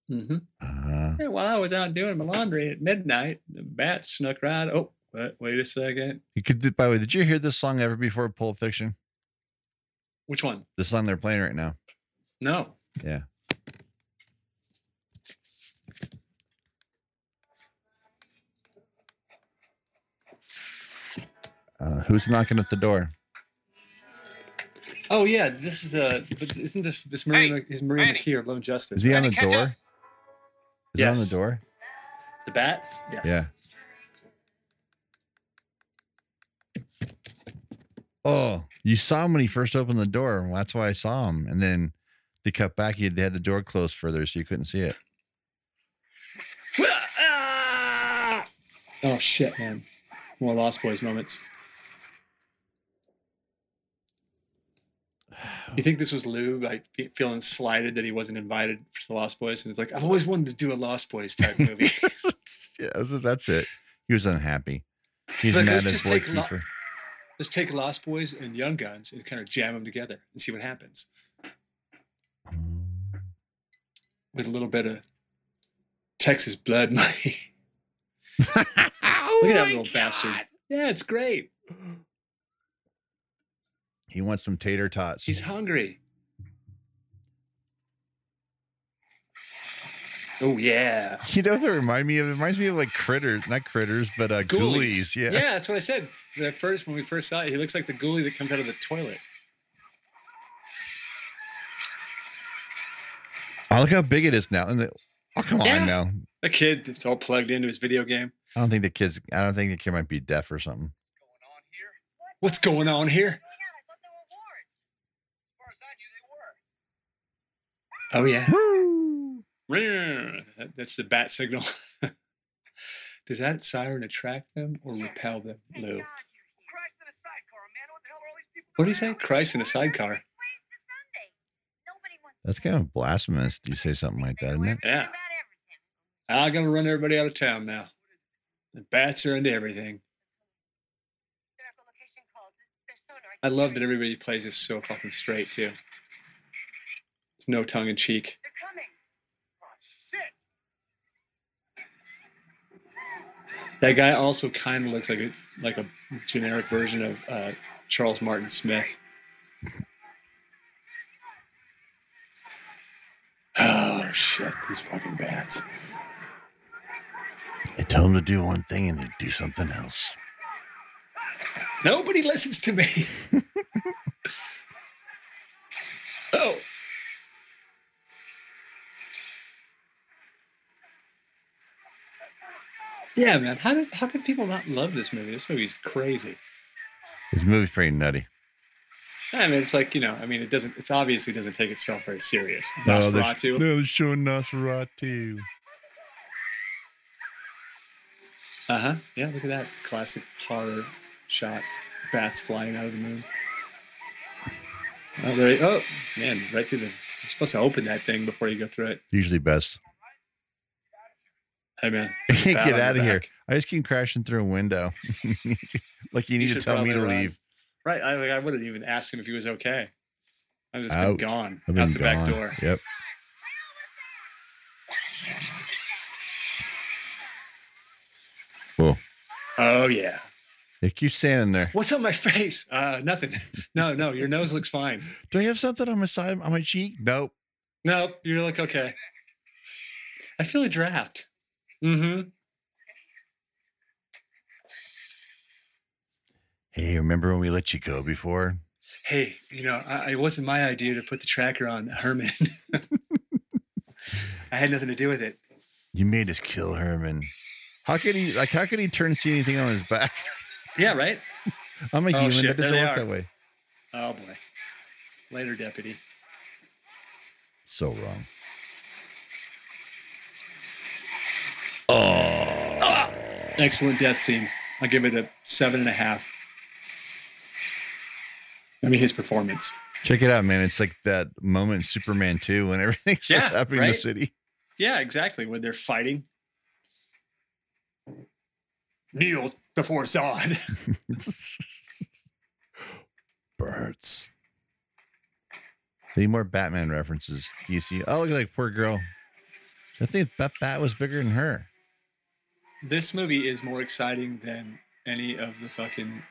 Mm-hmm.
Uh,
Yeah, while I was out doing my laundry at midnight, the bat snuck right. Oh, wait, wait a second.
you could. do- By the way, did you hear this song ever before? Pulp Fiction.
Which one?
The song they're playing right now.
No.
Yeah. Uh, who's knocking at the door?
Oh yeah, this is uh, but isn't this this Maria
Hey,
Mc- is Maria
Randy.
McKee or Lone Justice?
Is he
Trying
on the
to catch up.
door? Is he on the
Yes.
door?
the bat? Yes.
Yeah. Oh, you saw him when he first opened the door. Well, that's why I saw him. And then they cut back. He had they had the door closed further, so you couldn't see it.
Oh shit, man. More Lost Boys moments. You think this was Lou like fe- feeling slighted that he wasn't invited to the Lost Boys, and it's like I've always wanted to do a Lost Boys type movie.
yeah, that's it. He was unhappy. He's
Look,
mad
let's
at
just
Boy
take lo-
Kiefer.
Let's take Lost Boys and Young Guns and kind of jam them together and see what happens
Um,
with a little bit of Texas blood money.
Oh
Look at that
my
little bastard.
God.
Yeah, it's great.
He wants some tater tots.
He's hungry. Oh yeah.
you know what that remind me of? It reminds me of like critters, not critters, but uh, ghoulies. Yeah.
Yeah, that's what I said. The first when we first saw it, he looks like the ghoulie that comes out of the toilet.
Oh, look how big it is now. And the, oh, come on
Yeah.
now.
A kid that's all plugged into his video game.
I don't think the kids. I don't think the kid might be deaf or something.
What's going on here? Oh yeah. Rear. That- That's the bat signal. Does that siren attract them or repel them, Lou? What do you say? Christ in a sidecar.
That's kind of blasphemous. Do you say something like that, isn't it?
Yeah. I'm gonna run everybody out of town now. The bats are into everything. I love that everybody plays this so fucking straight too. It's no tongue in cheek.
They're coming. Oh, shit.
That guy also kind of looks like a like a generic version of uh, Charles Martin Smith. Oh shit! These fucking bats.
I tell them to do one thing and they do something else.
Nobody listens to me. oh. Yeah, man. How did how could people not love this movie? This movie's crazy.
This movie's pretty nutty.
I mean, it's like you know, I mean, it doesn't. It's obviously doesn't take itself very serious.
No, they're-
Nosferatu.
No, they're showing Nosferatu.
Uh huh. Yeah, look at that classic horror shot. Bats flying out of the moon. Oh, there, oh man, right through the. You're supposed to open that thing before you go through it.
Usually best.
Hey man,
Get
bat on the
out of here.
back.
I just came crashing through a window. like you need to
should
tell me to
probably run.
leave.
Right, I like I wouldn't even ask him if he was okay. I've just been
Out.
gone
I've been
out the back
gone.
door.
Yep. Whoa.
Oh yeah.
They keep standing there.
What's on my face? Uh, nothing. No, no, your nose looks fine.
Do I have something on my side on my cheek? Nope.
Nope, you look okay. I feel a draft. Mm-hmm.
Hey, remember when we let you go before?
Hey, you know, I, it wasn't my idea to put the tracker on Herman. I had nothing to do with it.
You made us kill Herman. How could he like how could he turn and see anything on his back?
Yeah, right.
I'm a
Oh,
human.
shit,
That doesn't
there they
work
are.
that way.
Oh boy. Later, deputy.
So wrong. Oh,
Excellent death scene. I give it a seven and a half. I mean, his performance.
check it out, man. It's like that moment in Superman 2 when everything's
Yeah,
just happening in the
right?
city.
Yeah, exactly. When they're fighting. Kneel before Zod.
Birds. See more Batman references. Do you see? Oh, look at that poor girl. I think that bat was bigger than her.
this movie is more exciting than any of the fucking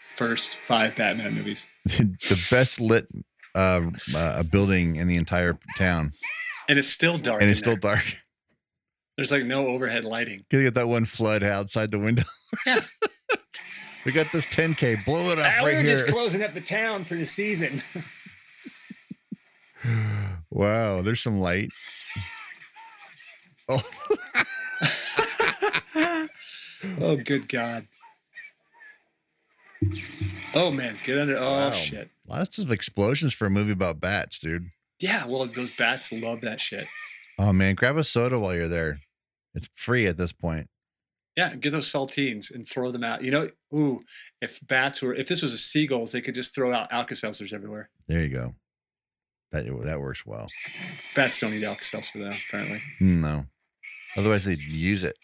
first five Batman movies.
the best lit uh, uh building in the entire town,
And it's still dark.
and
in
it's still
there.
dark.
There's like no overhead lighting.
Cause you got that one flood outside the window.
Yeah.
we got this 10K. Blow it up right here.
closing up the town for the season.
wow, there's some light. Oh,
oh, good God. Oh, man. Get under. Oh,
Wow.
shit.
lots of explosions for a movie about bats, dude.
Yeah. Well, those bats love that shit.
Oh man, grab a soda while you're there. It's free at this point.
Yeah. Get those saltines and throw them out. You know, ooh, if bats were, if this was seagulls, they could just throw out Alka Seltzers everywhere.
There you go. That that works well. Hmm,
Bats don't eat Alka Seltzer, though, apparently.
No, otherwise they'd use it,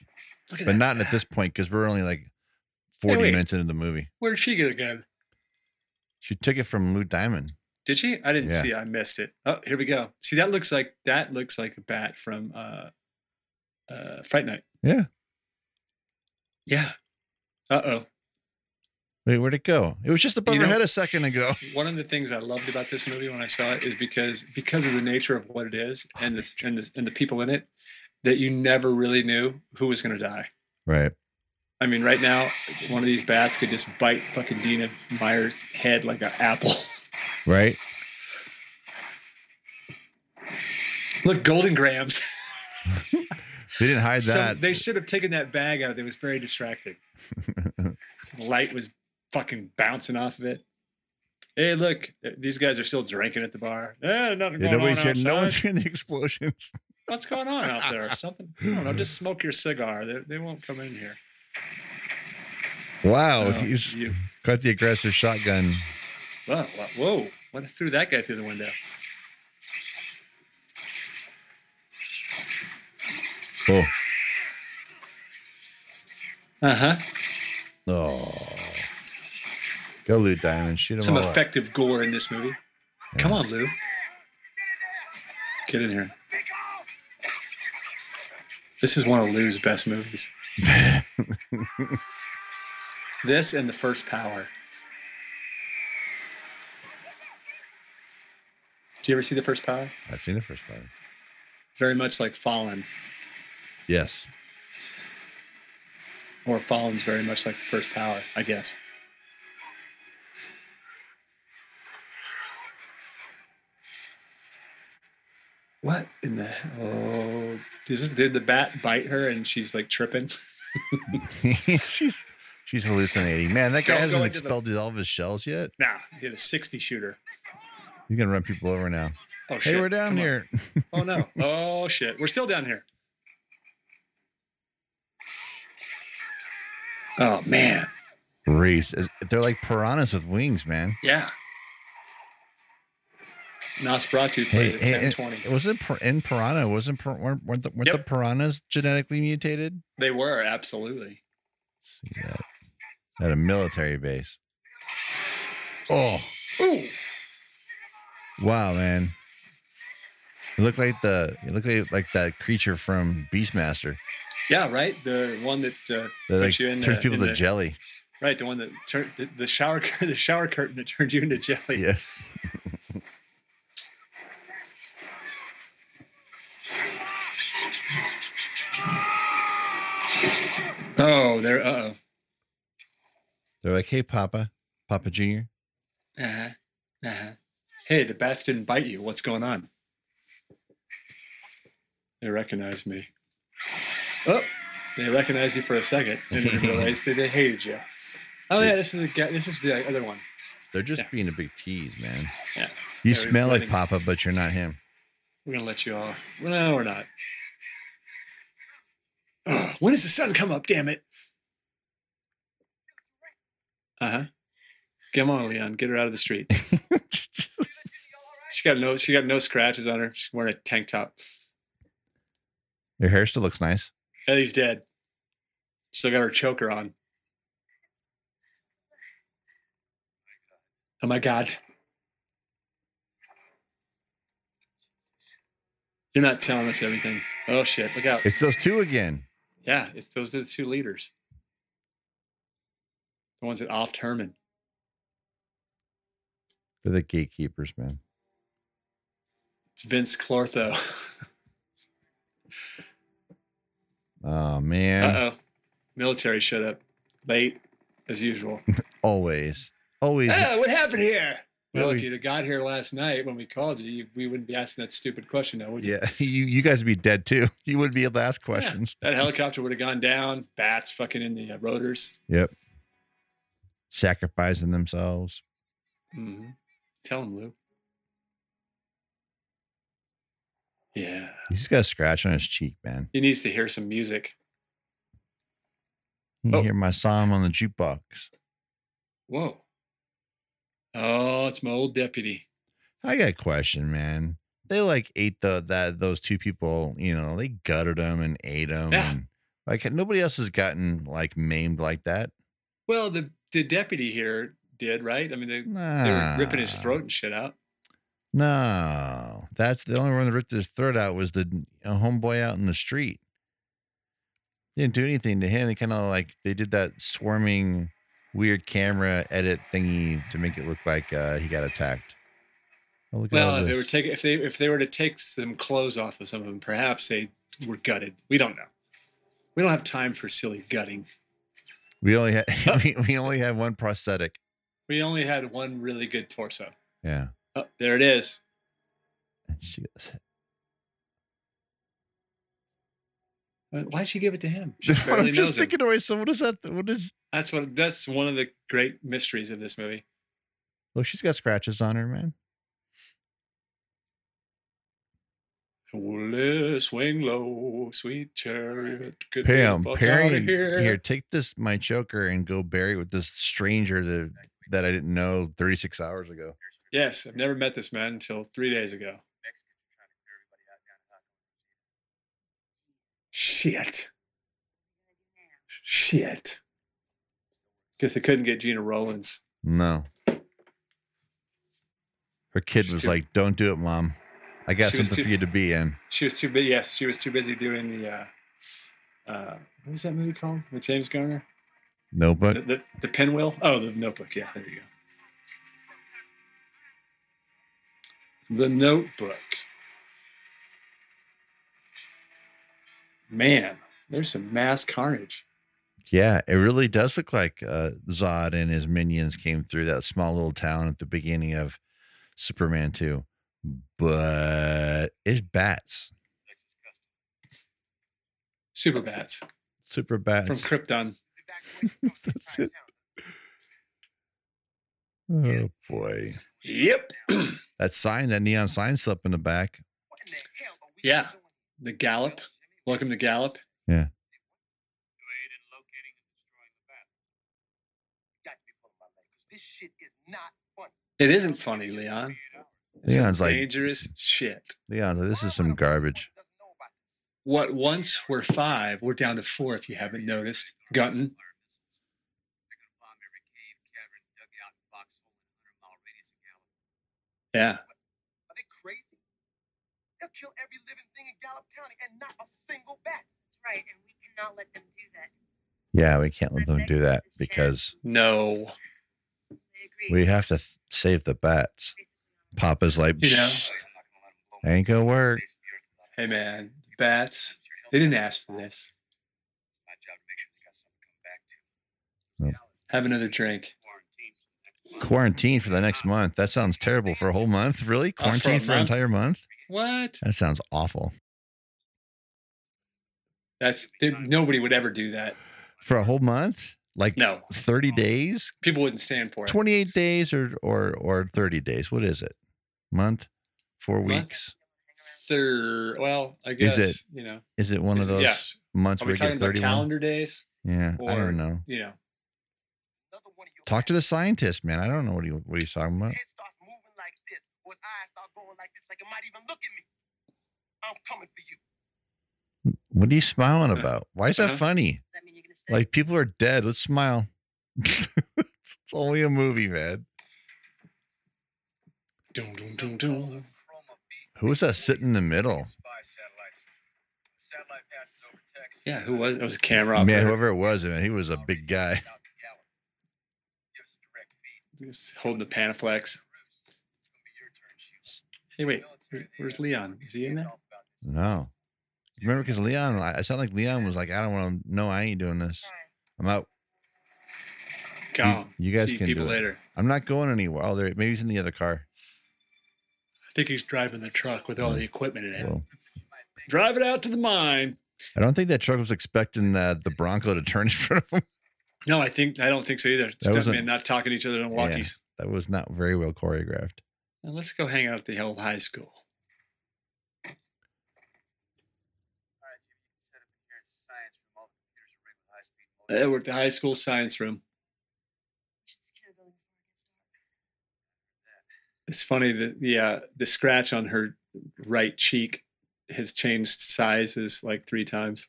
Look at
but
that
not
bat.
at this point because we're only like 40
wait.
minutes into the movie.
Where'd she get a gun?
She took it from Lou Diamond.
Did she? I didn't
Yeah.
see. it. I missed it. Oh, here we go. See, that looks like that looks like a bat from uh, uh, Fright Night.
Yeah.
Yeah. Uh oh.
Wait, where'd it go? It was just above
You
her
know-
head a second ago.
One of the things I loved about this movie when I saw it is because because of the nature of what it is and this and this and the people in it that you never really knew who was going to die.
Right.
I mean, right now, one of these bats could just bite fucking Dina Meyer's head like an apple.
Right.
Look, Golden Grams.
They didn't hide
Some-
that.
they should have taken that bag out. It was very distracting. Light was fucking bouncing off of it. Hey, look, uh, these guys are still drinking at the bar. Eh, nothing
Yeah,
going on
nobody's hearing, no one's
outside.
hearing the explosions.
What's going on out there? Something? I don't know. Just smoke your cigar. They, they won't come in here.
Wow,
Oh,
he's
you.
got the aggressive shotgun.
Whoa, whoa, whoa. What threw that guy through the window?
Oh,
Uh huh.
oh. Go Lou Diamond. Shoot him
Some
all up.
effective gore in this movie. Come
Yeah.
on, Lou. Get in here. This is one of Lou's best movies. This and the first Power. Do you ever see the first Power?
I've seen the first part.
Very much like Fallen,
Yes.
or Fallen's very much like the first Power, I guess. What in the oh? Does this, did the bat bite her and she's like tripping?
She's She's hallucinating. Man, that guy
Don't go
hasn't
into the-
expelled all of his shells yet.
Nah, he had a 60 shooter.
You're gonna run people over now.
Oh
Hey,
shit.
we're down
Come on.
here.
Oh no. Oh shit. We're still down here. Oh man.
Reese, is- they're like piranhas with wings, man.
Yeah. Nosferatu
Hey,
plays at
hey, and-
1020.
wasn't pir- in piranha? Wasn't pir- weren't weren't the, weren't the
Yep.
piranhas genetically mutated?
They were, absolutely.
See that at a military base. Oh
Ooh.
wow, man! It looked like the it looked like, like that creature from Beastmaster
Yeah, right? The one that uh,
that
Puts
like,
you in
turns
the-
people
in
to
the-
jelly.
right, the one that turned the, the shower cur- the shower curtain that turned you into jelly.
Yes.
Oh, there uh
They're like, hey, Papa, Papa Junior.
oh. Uh-huh. Uh-huh. Hey, the bats didn't bite you. What's going on? They recognized me. Oh, they recognized you for a second and then realized that they hated you. Oh yeah, this is the guy- this is the other one.
They're just
Yeah.
being a big tease, man.
Yeah.
You
They're
smell like
letting-
Papa, but you're not him.
We're gonna let you off. Well, no, we're not. Ugh, when does the sun come up? Damn it! Uh huh. Come on, Leon. Get her out of the street. She got no. She got no scratches on her. She's wearing a tank top.
Your hair still looks nice.
Ellie's dead. Still got her choker on. Oh my god. You're not telling us everything. Oh shit, look out.
It's those two again.
Yeah, it's those are the two leaders. The ones that offed Herman.
They're the gatekeepers, man.
It's Vince Clortho.
Oh man,
Uh oh. Military showed up. Late, as usual.
always, always.
Oh, what happened here? Well,
Well,
if
we-
you'd have got here last night when we called you, you we wouldn't be asking that stupid question now, would you?
Yeah, you you guys would be dead too. You would be the last questions.
That helicopter would have gone down. Bats fucking in the uh, rotors.
Sacrificing themselves. Mm-hmm.
hmm Tell him, Lou. Yeah,
He's got a scratch on his cheek, man.
he needs to hear some music.
You
Oh.
hear my song on the jukebox.
Whoa. Oh, it's my old deputy.
I got a question, man. They like ate the that those two people. You know, they gutted them and ate them.
Yeah.
And, like nobody else has gotten like maimed like that.
Well, the the deputy here did right. I mean, they,
Nah.
they were ripping his throat
Ah.
and shit out.
No, that's the only one that ripped his throat out was the uh, homeboy out in the street. They didn't do anything to him. They kind of like they did that swarming, weird camera edit thingy to make it look like uh, he got attacked. Oh, look at all
Well, if they were
this.
taking if they if they were to take some clothes off of some of them, perhaps they were gutted. We don't know. We don't have time for silly gutting.
we only had we, we only had one prosthetic.
We only had one really good torso.
Yeah,
Oh, there it is.
and she goes,
Uh, Why'd she give it to him? She barely
"I'm
knows
just
him.
taking away. So what is that? What is?
That's what. That's one of the great mysteries of this movie.
Look, oh, she's got scratches on her, man.
Well, swing low, sweet chariot. Get the
Pam,
fuck outta
Perry, here. take this my choker and go bury it with this stranger that that I didn't know 36 hours ago.
Yes, I've never met this man until three days ago. Shit. Shit. Guess they couldn't get Gina Rollins.
No. Her kid
She's
was
too-
like, "Don't do it, mom. I got
She was
something
too-
for you to be in."
She was too busy. Yes, she was too busy doing the. Uh, uh, what was that movie called with James Garner? The,
Notebook.
the, the pinwheel? Oh, the notebook. Yeah, there you go. The notebook. Man, there's some mass carnage.
Yeah, it really does look like uh, Zod and his minions came through that small little town at the beginning of Superman 2. But it's bats,
Super bats
super
from
bats.
Krypton.
That's it. Oh boy.
Yep.
That sign, that neon sign slip in the back.
Yeah. The Gallop. Welcome to Gallop.
Delayed in locating and destroying the battle. You got to be pulling my leg, 'cause this shit is not funny.
It isn't funny, Leon. It's some
Leon's like-
dangerous shit.
Leon, this is
Oh.
some garbage.
Doesn't know about this.
What once were five, we're down to four if you haven't noticed. Gunton.
They're gonna bomb every cave, cavern, dugout, and foxhole in a 100-mile radius of Gallup.
Yeah.
Are they crazy? They'll kill every living thing in Gallup County and not a single bat.
That's right, and we cannot let them do that.
Yeah, we can't let them do that because
No.
I agree.
we have to th- save the bats. Papa's like,
You know.
"Psh, ain't gonna work.
Hey man, the bats. They didn't ask for this.
My job to make sure they got something to come back to.
Have another drink.
Quarantines.
Quarantine for the next month. That sounds terrible for a whole month. Really?
Uh-huh. a
Quarantine for an
month?
entire month?
What?
That sounds awful.
That's they, nobody would ever do that.
For a whole month? Like
No.
30 days?
People wouldn't stand for it.
28 days or or or 30 days? What is it? Month? 4
Month?
weeks?
Third, well, I
Is
guess
it-
you know.
Is it one
is
of
it-
those
yes.
months
Are
where
we
you
talking
get
about
31?
calendar days?
Yeah, I
or-
don't know.
You know.
Another one of your
Talk to the scientist, man. I don't know what he what he's talking about.
head starts moving like this, or his eyes start going like this, like it might even look at me. I'm coming for you.
What are you smiling
Uh,
about? Why is that
uh-huh.
funny?
Does that mean you're gonna stay?
Like people are dead. Let's smile. it's only a movie, man.
Dun, dun, dun, dun.
Who was that sitting in the middle?
Yeah, who was? That was a camera
Man,
operator.
whoever it was, man, he was a big guy.
Just holding the Panaflex. Hey, wait. where- Where's Leon? Is he in there?
No, remember because Leon, I I sound like Leon was like, I don't want to. No, I ain't doing this. I'm out.
Gone.
you guys
See
can
people
do it.
later.
I'm not going anywhere. Oh, there. Maybe he's in the other car.
I think he's driving the truck with all the equipment in it.
Well,
Drive it out to the mine.
I don't think that truck was expecting the, the Bronco to turn in front of him.
No, I think I don't think so either. Stuntmen
wasn't-
not talking to each other on walkies.
That was not very well choreographed.
Now let's go hang out at the old high school. Uh, we're at the high school science room.
We should secure the building before it gets dark.
It's funny that the uh, the scratch on her right cheek has changed sizes like three times.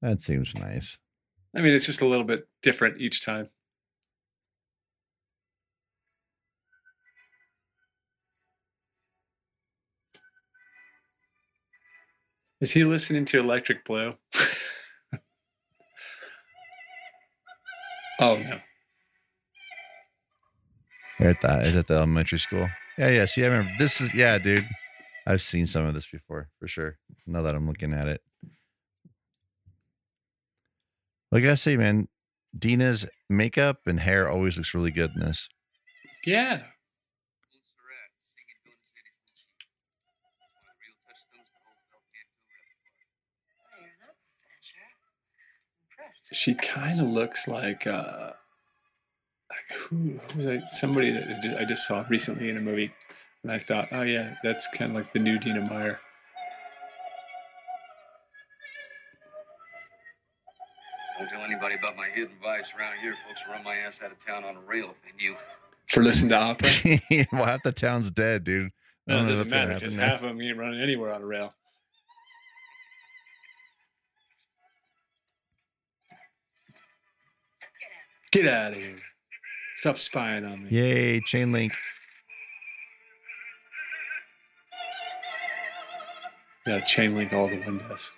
That seems nice.
I mean, it's just a little bit different each time. Is he listening to Electric Blue? oh no!
They're At the, is at the elementary school. Yeah, yeah. See, I remember this is yeah, dude. I've seen some of this before for sure. Now that I'm looking at it, like I say, man, Dina's makeup and hair always looks really good in this.
Yeah,
Oh, you're not that sure. Impressed.
she kind of looks like uh, like who, who was I? Somebody that I just, I just saw recently in a movie, and I thought, oh yeah, that's kind of like the new Dina Meyer.
Don't tell anybody about my hidden vice around here. Folks will run my ass out of town on a rail if they knew.
For listening to opera.
well, half the town's dead, dude. I
No,
don't
it
know
doesn't
what's gonna
matter because
happen
half of them ain't running anywhere on a rail. Get out of here. Stop spying on me.
there. Yay, chain link.
Yeah, chain link all the windows.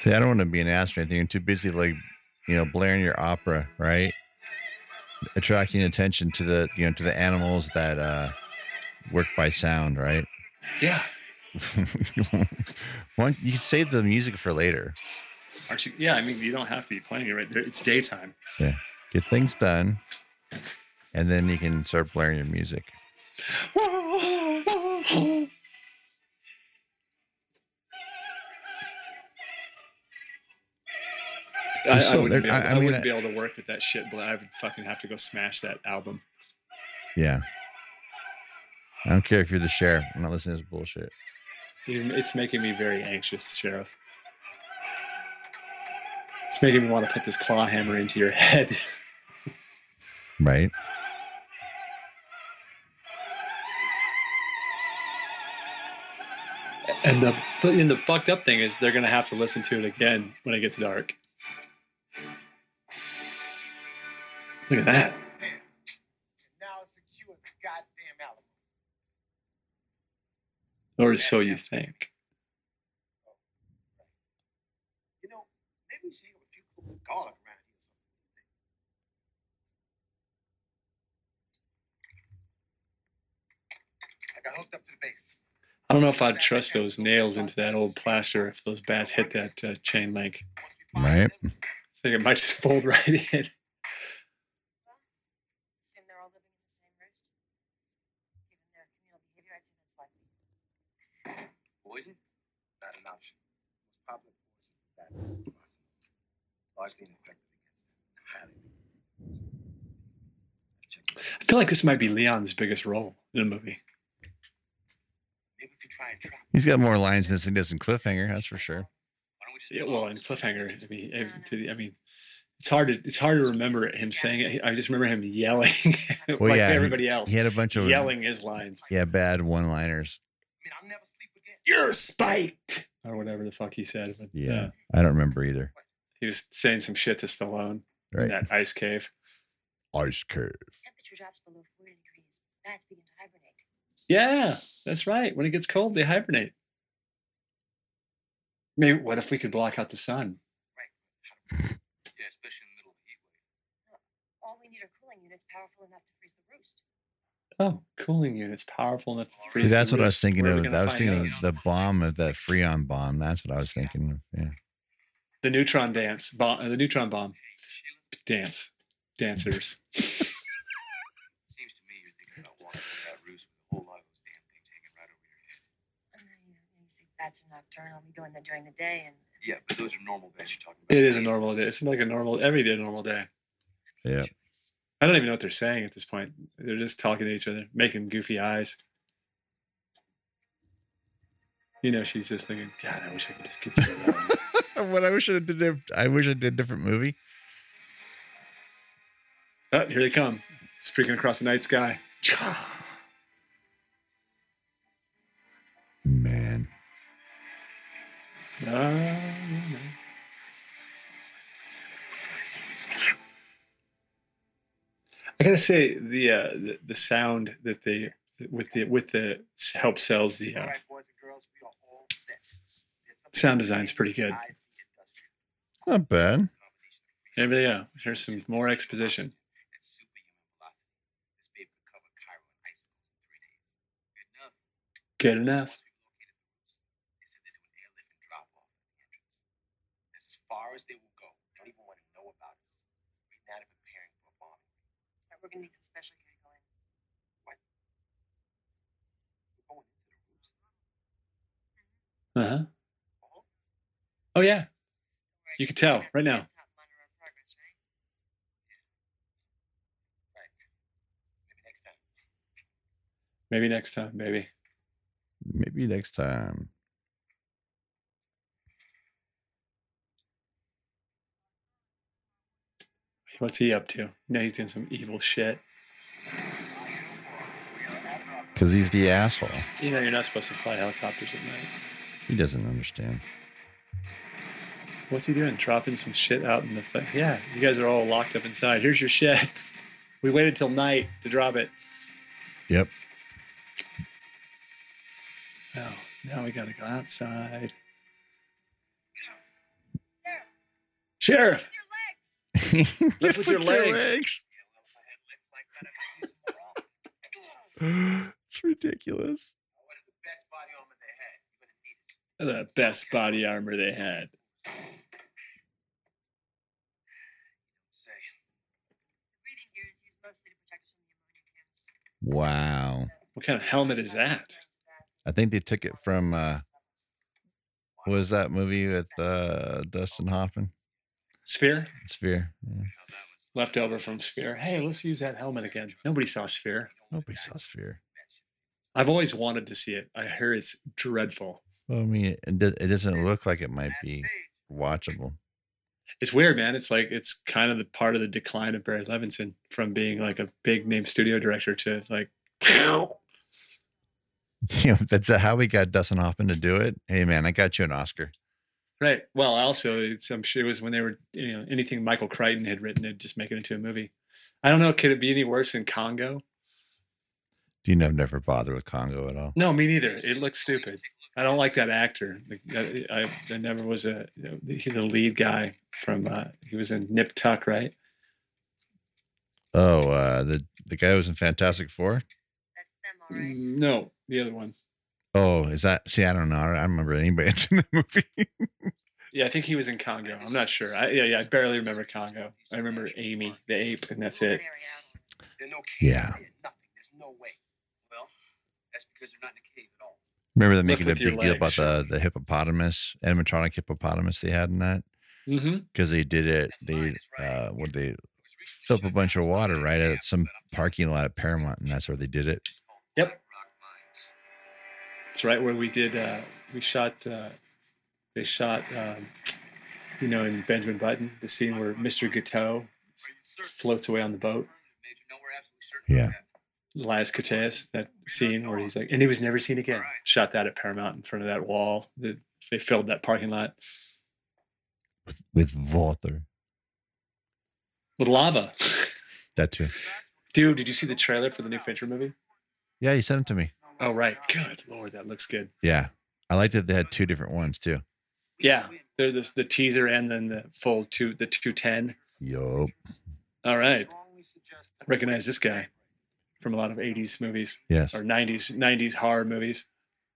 See, I don't want to be an ass or anything. You're too busy, like, you know, blaring your opera, right? Attracting attention to the, you know, to the animals that uh, work by sound, right?
Yeah.
One, you can save the music for later.
Aren't you? Yeah, I mean, you don't have to be playing it right there. It's daytime.
Get things done, and then you can start blaring your music.
I, I
so
wouldn't,
there-
be able,
I-
I
I mean,
wouldn't
I-
be able to work with that shit, but I would fucking have to go smash that album.
Yeah. I don't care if you're the sheriff. I'm not listening to this bullshit.
Even- It's making me very anxious, Sheriff. It's making me want to put this claw hammer into your head.
Right?
And the and the fucked up thing is they're gonna have to listen to it again when it gets dark. Look at that.
Now it's secure the goddamn Alamo.
Or so you think.
You know, maybe we should hang up a few cloves of garlic around here. or something. I got hooked up to the base.
I don't know if I'd trust those nails into that old plaster if those bats hit that uh, chain link.
Once we find
Right.
them,
I think it might just fold right in.
Assume they're all living in the same roost. Given their communal behavior, I'd say that's likely.
Poison? Not an option. Most popular poison is that largely ineffective against highly.
I feel like this might be Leon's biggest role in a movie.
Maybe we could try and trap.
He's got more lines in this than he does in Cliffhanger, that's for sure.
Why don't we just
Yeah,
do
well,
all
in
this?
Cliffhanger, I mean, ev- to the, I mean, it's hard to it's hard to remember him saying it. I just remember him yelling
Well,
like
yeah, he-
everybody else,
He had a bunch of
yelling his lines.
Yeah, bad one liners.
I mean, I'll never sleep again.
You're spiked, or whatever the fuck he said. But
Yeah.
yeah,
I don't remember either.
he was saying some shit to Stallone in
Right.
that ice cave.
Ice curve.
Temperature drops below 40 degrees. Bats begin to hibernate.
Yeah, that's right. When it gets cold, they hibernate. Maybe what if we could block out the sun?
Yeah, especially in the middle of the heat wave.
All we need are cooling units powerful enough to freeze the roost.
Oh, cooling units powerful enough. to
See,
freeze the
that's what I was
roof.
thinking
Where are
of.
we gonna
I was
find
thinking
those?
of the bomb of that Freon bomb. That's what I was thinking of. Yeah.
the neutron dance bomb the neutron bomb dance dancers
Seems to me you're thinking about walking through that roost with a whole lot of those damn things hanging right over your head.
Uh, you, know, you see, bats are nocturnal. We go in there during the day and
Yeah, but those are normal bats you're talking about.
it is a normal day it's like a normal everyday normal day
Yeah.
i don't even know what they're saying at this point they're just talking to each other making goofy eyes you know she's just thinking god i wish i could just get you alone."
what I wish I did if- I wish I did a different movie.
oh, here they come streaking across the night sky
Man.
Ah, I gotta say the, uh, the the sound that they with the with the s- help sells the
All
uh,
right, boys and girls, we are all set. There's something
Sound
to say
design's pretty good.
I see industrial
Not bad.
combination of
here they go. Here's some more exposition.
and superhuman velocity. This babe could cover Cairo in icicles in three days. Good
Good
enough.
enough.
Once we located the roots, they said they do an airlift and drop off at the entrance. That's as far as they will go. They don't even want to know about us. Right now they're preparing for a bombing.
but we're going to need some special care to go in.
We're going into the roots.
Uh huh. Oh yeah. You can tell right now.
Top monitor our progress, right?
Right. Maybe next time.
Maybe next time, baby.
Maybe next time.
What's he up to? You know he's doing some evil shit.
Because he's the asshole.
You know you're not supposed to fly helicopters at night.
He doesn't understand.
What's he doing? Dropping some shit out in the thing. Yeah, you guys are all locked up inside. Here's your shit. We waited till night to drop it.
Yep.
No, Oh, now we gotta go outside. Sheriff,
Your legs!
Lift
with your legs.
legs. it's ridiculous.
What is the best body armor they had? You're gonna need it.
the best body armor they had.
Say,
Breathing gear is used mostly to protect us from the ammonia
Wow.
cans.
What kind of helmet is that?
I think they took it from uh what was that movie with uh Dustin Hoffman?
Sphere,
Sphere. Yeah.
left over from Sphere. Hey, let's use that helmet again. Nobody saw Sphere.
Nobody saw Sphere.
I've always wanted to see it. I hear it's dreadful.
Well, I mean, it, do- it doesn't look like it might be watchable.
It's weird, man. It's like it's kind of the part of the decline of Barry Levinson from being like a big name studio director to like
You know, that's how we got Dustin Hoffman to do it. Hey, man, I got you an Oscar.
Right. Well, also, it's, I'm sure it was when they were, you know, anything Michael Crichton had written, they'd just make it into a movie. I don't know. Could it be any worse than Congo?
Do you know? Never bother with Congo at all.
No, me neither. It looks stupid. I don't like that actor. The- I, I, there never was a, he, the lead guy from, uh, he was in Nip Tuck, right?
Oh, uh, the the guy who was in Fantastic Four.
That's them, all right.
Mm, No, the other one.
Oh, is that? See, I don't know. I don't remember anybody that's in the movie.
Yeah, I think he was in Congo. I'm not sure. I, yeah, yeah, I barely remember Congo. I remember Amy, the ape, and that's it.
There are no caves
Yeah.
there, nothing. There's no way. Well, that's because they're not in a cave at all.
Remember them
Lift
making a
with your
big deal
legs.
about the the hippopotamus animatronic hippopotamus they had in that
Mm-hmm.
because they did it. They uh, what they fill up a bunch of water right at some parking lot at Paramount, and that's where they did it.
Yep. It's right where we did. Uh, we shot. Uh, they shot. Um, you know, in Benjamin Button, the scene where Mr. Gateau floats away on the boat.
Yeah.
Elias Koteas, that scene where he's like, and he was never seen again. Shot that at Paramount in front of that wall. The, they filled that parking lot
with, with water.
with lava.
That too.
Dude, did you see the trailer for the new Fincher movie?
Yeah, you sent them to me.
Oh, right. Good lord, that looks good.
Yeah, I liked that they had two different ones too.
Yeah, there's this, the teaser and then the full two, the two ten.
Yo,
All right. I recognize this guy from a lot of 80s movies
yes,
or 90s 90s horror movies.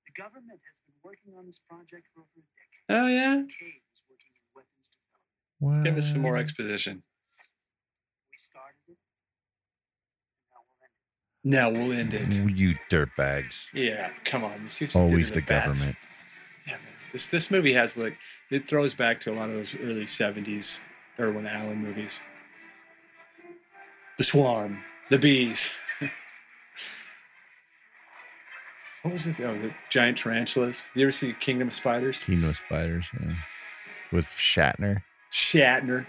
The government has been working on this project for over a decade.
Oh yeah.
Cave was working in weapons development.
Give us some more
What?
exposition.
We started it. and now we'll end it.
Now we'll end it.
You dirtbags!
Yeah, come on. You see what you did
Always
to
the
bats?
government.
Yeah, man. This this movie has like it throws back to a lot of those early 70s Irwin Allen movies. The Swarm, The Bees. what was it? Oh, the giant tarantulas. You ever see Kingdom of Spiders?
Kino spiders. Yeah. With Shatner.
Shatner.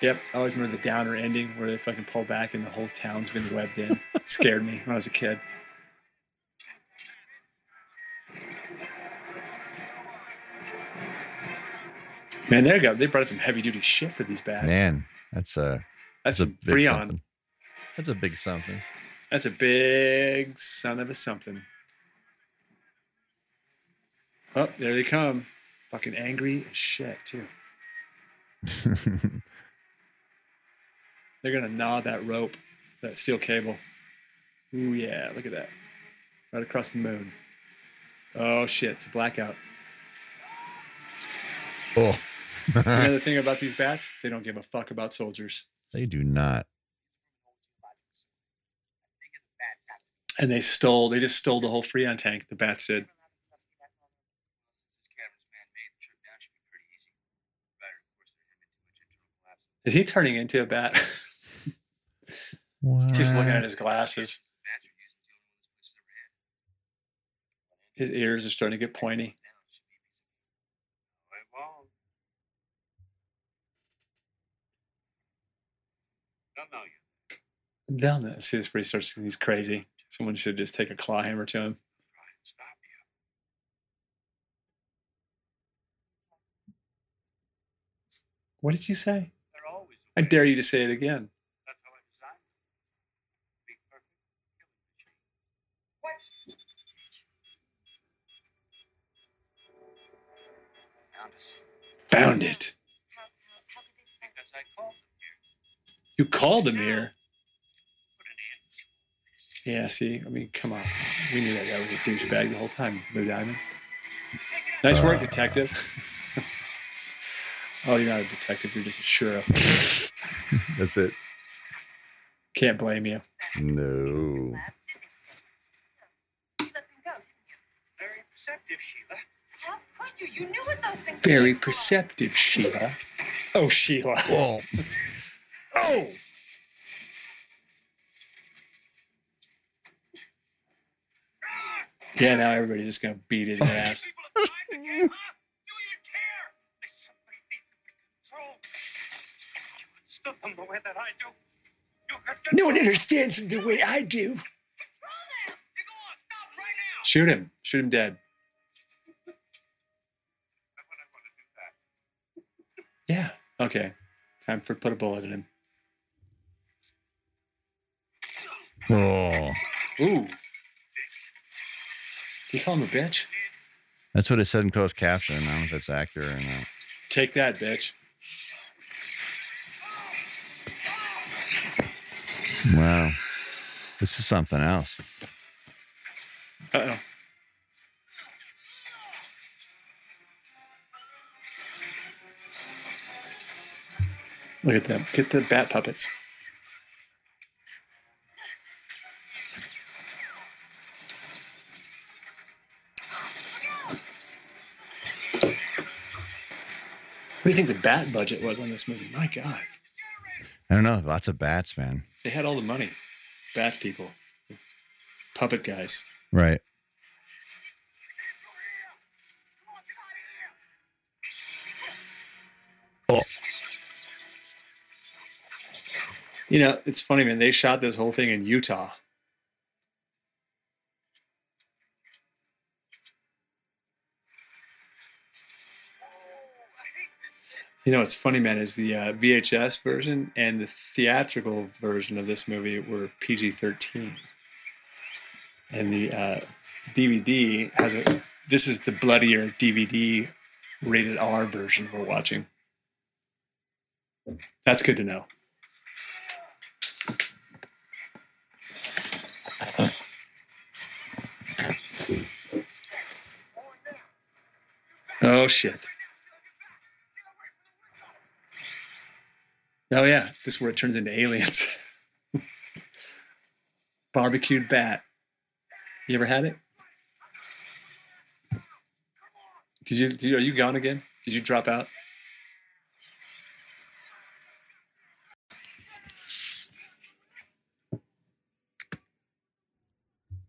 Yep, I always remember the downer ending where they fucking pull back and the whole town's been webbed in. Scared me when I was a kid. Man, there you go. They brought some heavy duty shit for these bats.
Man, that's a
that's some
big
Freon.
something. That's a big something.
That's a big son of a something. Oh, there they come. Fucking angry as shit, too. They're gonna gnaw that rope, that steel cable. Ooh yeah, look at that. Right across the moon. Oh shit, it's a blackout.
oh,
Another thing about these bats, they don't give a fuck about soldiers.
they do not.
And they stole they just stole the whole Freon tank, the bats did. Is he turning into a bat? Keeps looking at his glasses. His ears are starting to get pointy. Down that. See, this where he starts. He's crazy. Someone should just take a claw hammer to him. What did you say? I dare you to say it again.
What? Found us.
Found it.
How, how, how could they find
Because I called them here.
You called him here.
Put an end to this.
Yeah, see, I mean, come on. We knew that guy was a douchebag the whole time, Blue Diamond. Nice work, detective. oh, you're not a detective, you're just a sheriff.
That's it.
Can't blame you.
No.
lab, did they? No. You let them go, didn't you?
Very perceptive, Sheila.
How could you?
you. You knew what those things
Very
were.
perceptive, Sheila. Oh, Sheila.
Well,
Oh! Yeah, now everybody's just gonna beat his ass.
People have died again, huh? Do you care? There's somebody needs to be controlled. You understood them the way that I do. You have to
No one understands him the way I do.
control them. You go on, stop right now.
Shoot him. Shoot him dead.
I'm not going to do that.
Yeah. Okay. Time for put a bullet in him.
oh,
Ooh. Did you call him a bitch?
that's what it said in closed caption. I don't know if it's accurate or not.
Take that, bitch.
Wow, this is something else.
Uh oh. Look at them. Get the bat puppets. What do you think the bat budget was on this movie? My God.
I don't know. Lots of bats, man.
They had all the money. Bat people, puppet guys.
Right.
You know, it's funny, man. They shot this whole thing in Utah. You know, it's funny, man, is the uh, VHS version and the theatrical version of this movie were PG 13. And the uh, DVD has a, this is the bloodier DVD rated R version we're watching. That's good to know. Oh shit. Oh yeah, this is where it turns into aliens. Barbecued bat. You ever had it? Did you, did you? Are you gone again? Did you drop out?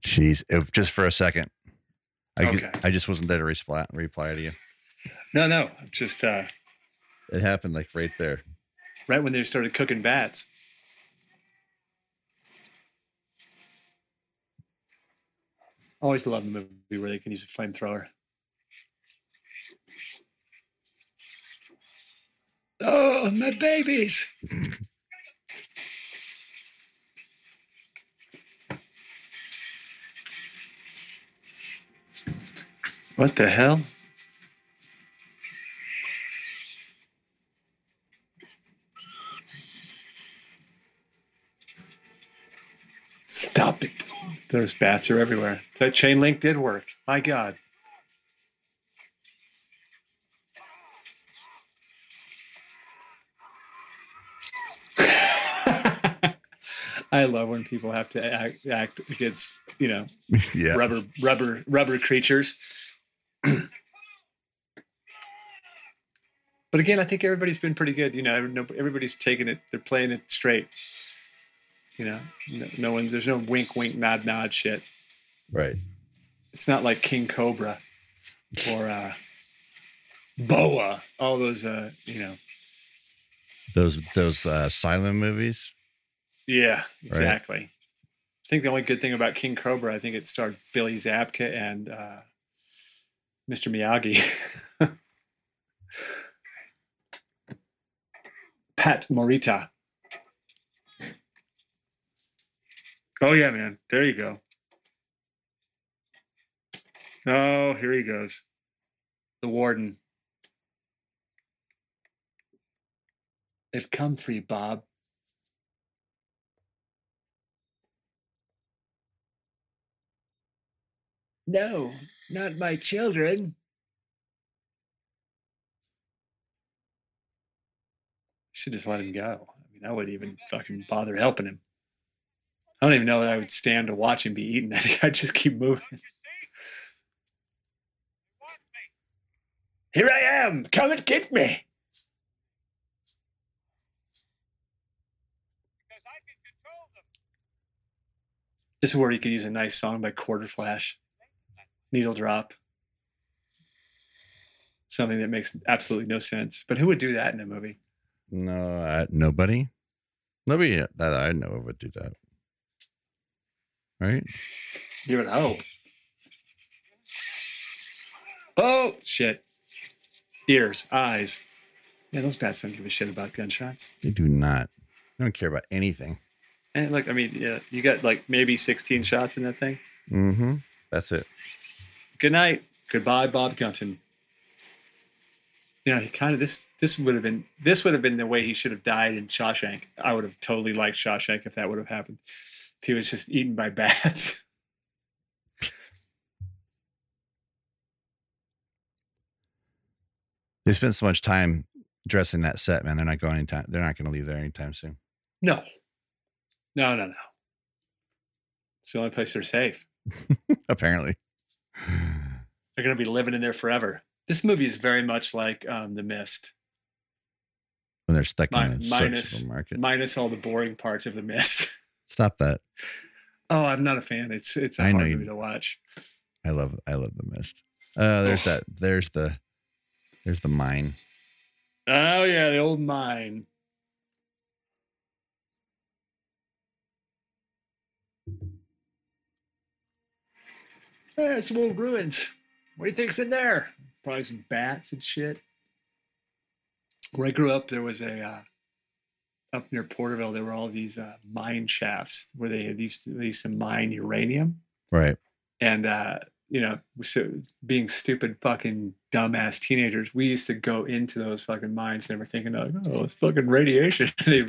Jeez, if just for a second, I ju-
Okay.
I just wasn't there to reply reply to you.
No, no. Just uh,
It happened like right there.
right when they started cooking bats. Always love the movie where they can use a flamethrower. Oh, my babies! what the hell? Stop it. Those bats are everywhere. That chain link did work. My God. I love when people have to act, act against, you know,
yeah.
rubber, rubber, rubber creatures. but again, I think everybody's been pretty good. You know, every- no- everybody's taking it; they're playing it straight. You know, no, no one. There's no wink, wink, nod, nod shit.
Right.
It's not like King Cobra or uh, Boa. All those, uh, you know.
Those those uh, silent movies.
Yeah, exactly. I think the only good thing about King Cobra, I think it starred Billy Zabka and uh, Mr. Miyagi. Pat Morita. Oh yeah, man. There you go. Oh, here he goes. The warden. They've come for you, Bob. No, not my children. Should just let him go. I mean, I wouldn't even fucking bother helping him. I don't even know that I would stand to watch him be eaten. I think I'd just keep moving. Here I am. Come and get me.
Because I can control them.
This is where you could use a nice song by Quarter Flash, Needle Drop. Something that makes absolutely no sense. But who would do that in a movie?
No, uh, nobody. Nobody that I know of would do that. Right?
You would hope. Oh, shit. Ears, eyes. Yeah, those bats don't give a shit about gunshots.
They do not. They don't care about anything.
And look, I mean, yeah, you got like maybe 16 shots in that thing.
Mm-hmm. That's it.
Good night. Goodbye, Bob Gunton. Yeah, he kind of this this would have been this would have been the way he should have died in Shawshank. I would have totally liked Shawshank if that would have happened. If he was just eaten by bats.
They spent so much time dressing that set, man. They're not going anytime. They're not going to leave there anytime soon.
No. No, no, no. It's the only place they're safe.
Apparently.
They're gonna be living in there forever. This movie is very much like um, The Mist,
When they're stuck
Mi-
in the
minus-
market.
minus all the boring parts of The Mist.
Stop that.
Oh, I'm not a fan. It's it's a
I know
hard
you-
movie to watch.
I love I love the mist. Uh there's that there's the there's the mine.
Oh yeah, the old mine. Eh, some old ruins. What do you think's in there? Probably some bats and shit. Where I grew up, there was a uh, up near Porterville. There were all these uh, mine shafts where they had used to, they used to mine uranium
Right.
and uh, you know, so being stupid fucking dumbass teenagers, we used to go into those fucking mines, never thinking like, oh, it's fucking radiation, They-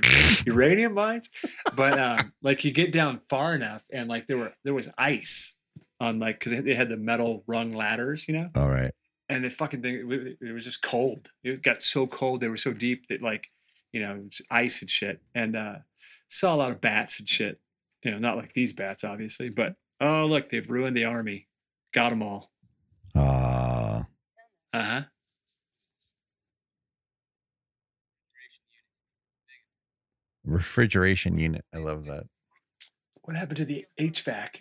uranium mines. But um, like you get down far enough, and like there were there was ice on like because they had the metal rung ladders, you know,
All right.
and the fucking thing it wa- it was just cold. It got so cold, they were so deep that like you know it was ice and shit, and uh, saw a lot of bats and shit. You know, not like these bats, obviously, but oh look, they've ruined the army. Got them all.
Uh
Uh huh.
refrigeration unit. I love that.
What happened to the HVAC?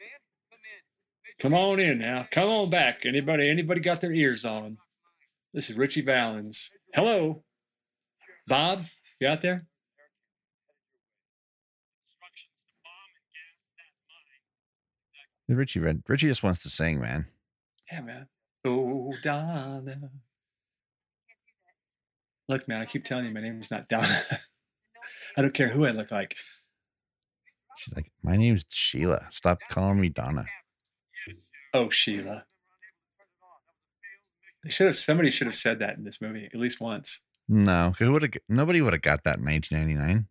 Man, come in.
Come on in now. Come on back. Anybody? Anybody got their ears on? This is Richie Valens. Hello, Bob. You out there?
Instructions to bomb and gas that mine.
Richie Red Richie just wants to sing, man.
Yeah, man. Oh, Donna. Look, man, I keep telling you, my name's not Donna. I don't care who I look like.
She's like, My name's Sheila. Stop calling me Donna.
Oh, Sheila. They should have. Somebody should have said that in this movie at least once.
No, who would have nobody would have got that in nineteen ninety nine.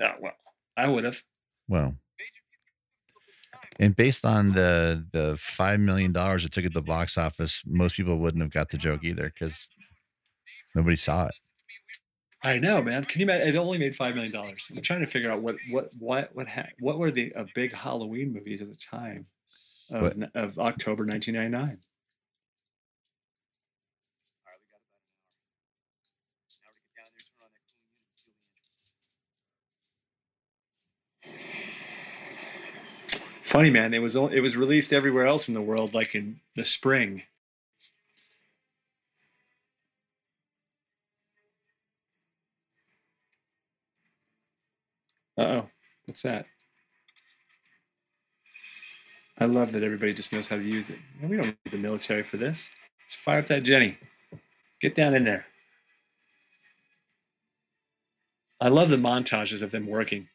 Oh, well, I would have.
Well. And based on the the five million dollars it took at the box office, most people wouldn't have got the joke either because nobody saw it.
I know, man. Can you imagine? It only made five million dollars. I'm trying to figure out what what what what ha- what were the uh, big Halloween movies at the time
What?
of, n- of October 1999.
All right, we got about an hour. Now to get down there, turn on that cooling unit, seal the entrance.
Funny man, it was on- it was released everywhere else in the world, like in the spring. Uh oh, what's that? I love that everybody just knows how to use it. We don't need the military for this. Just fire up that Jenny. Get down in there. I love the montages of them working.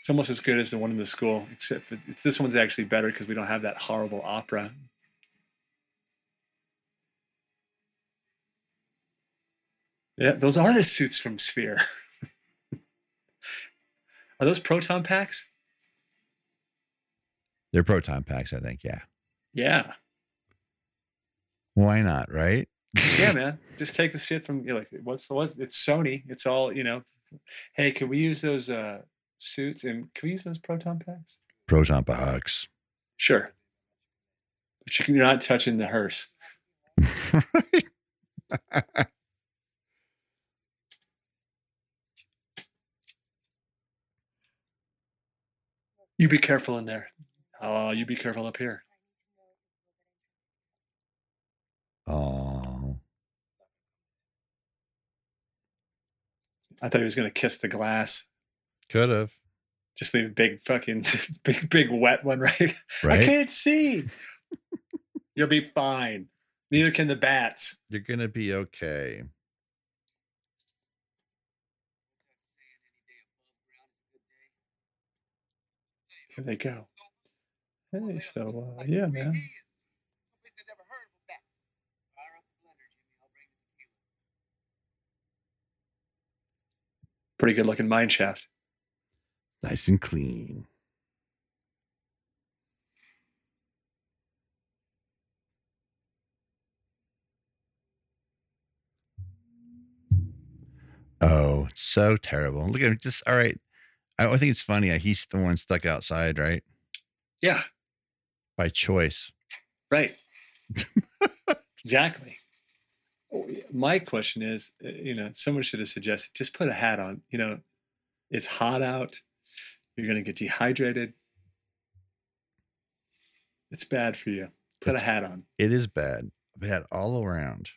It's almost as good as the one in the school, except for it's, this one's actually better because we don't have that horrible opera. Yeah, those are the suits from Sphere. are those proton packs?
They're proton packs, I think. Yeah.
Yeah,
Why not, right?
yeah, man. Just take the shit from you're like what's the what? It's Sony. It's all you know. Hey, can we use those uh, suits, and can we use those proton packs?
Proton packs.
Sure, but you can- you're not touching the hearse. You be careful in there. Oh, you be careful up here.
oh,
I thought he was gonna kiss the glass.
could have.
Just leave a big fucking big big wet one, right? I
Right?
can't see. You'll be fine. Neither can the bats.
You're gonna be okay.
Here they go. Hey, so uh, yeah, man. Pretty good looking mine shaft.
Nice and clean. Oh, it's so terrible. Look at him. Just all right. I, I think it's funny. uh, He's the one stuck outside, right?
Yeah,
By choice.
right. exactly. Oh, yeah. My question is, uh, you know, someone should have suggested just put a hat on. You know, it's hot out. You're gonna get dehydrated. It's bad for you. Put
It's-
a hat on.
It is bad. Bad all around.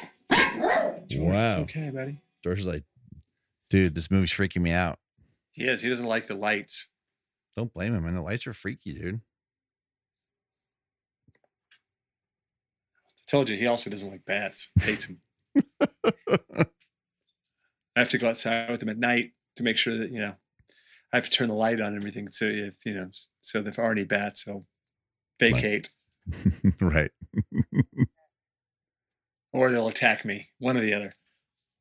George, It's
Wow.
okay, buddy.
George is like, dude, this movie's freaking me out.
He is. He doesn't like the lights.
Don't blame him, man. The lights are freaky, dude.
I told you he also doesn't like bats. Hates them. I have to go outside with him at night to make sure that you know I have to turn the light on and everything. So if you know, s- so if there are any bats, they'll vacate
right.
or they'll attack me. One or the other.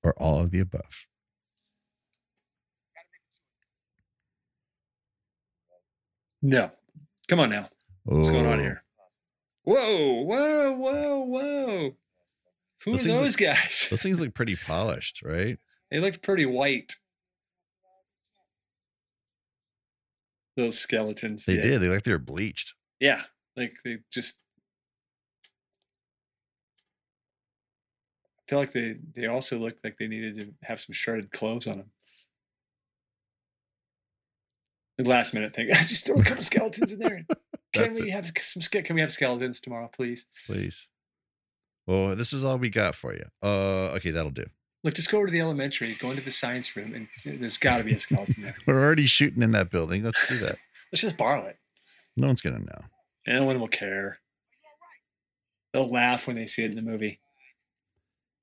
Or all of the above.
No, come on now. What's going on
Oh,
here? Whoa, whoa, whoa, whoa! Who
Those
are
things look-
those guys?
Those things look pretty polished, right?
They looked pretty white. Those skeletons.
They
yeah.
did. They look like they're bleached.
Yeah, like they just I feel like they they also looked like they needed to have some shredded clothes on them. The last minute thing. I just throw a couple skeletons in there. Can
That's
we have some ske- Can we have skeletons tomorrow, please?
Please. Well, this is all we got for you. Uh, okay, that'll do.
Look, just go over to the elementary, go into the science room, and th- there's got to be a skeleton there.
We're already shooting in that building. Let's do that.
Let's just borrow it.
No one's gonna know.
and No one will care. They'll laugh when they see it in the movie.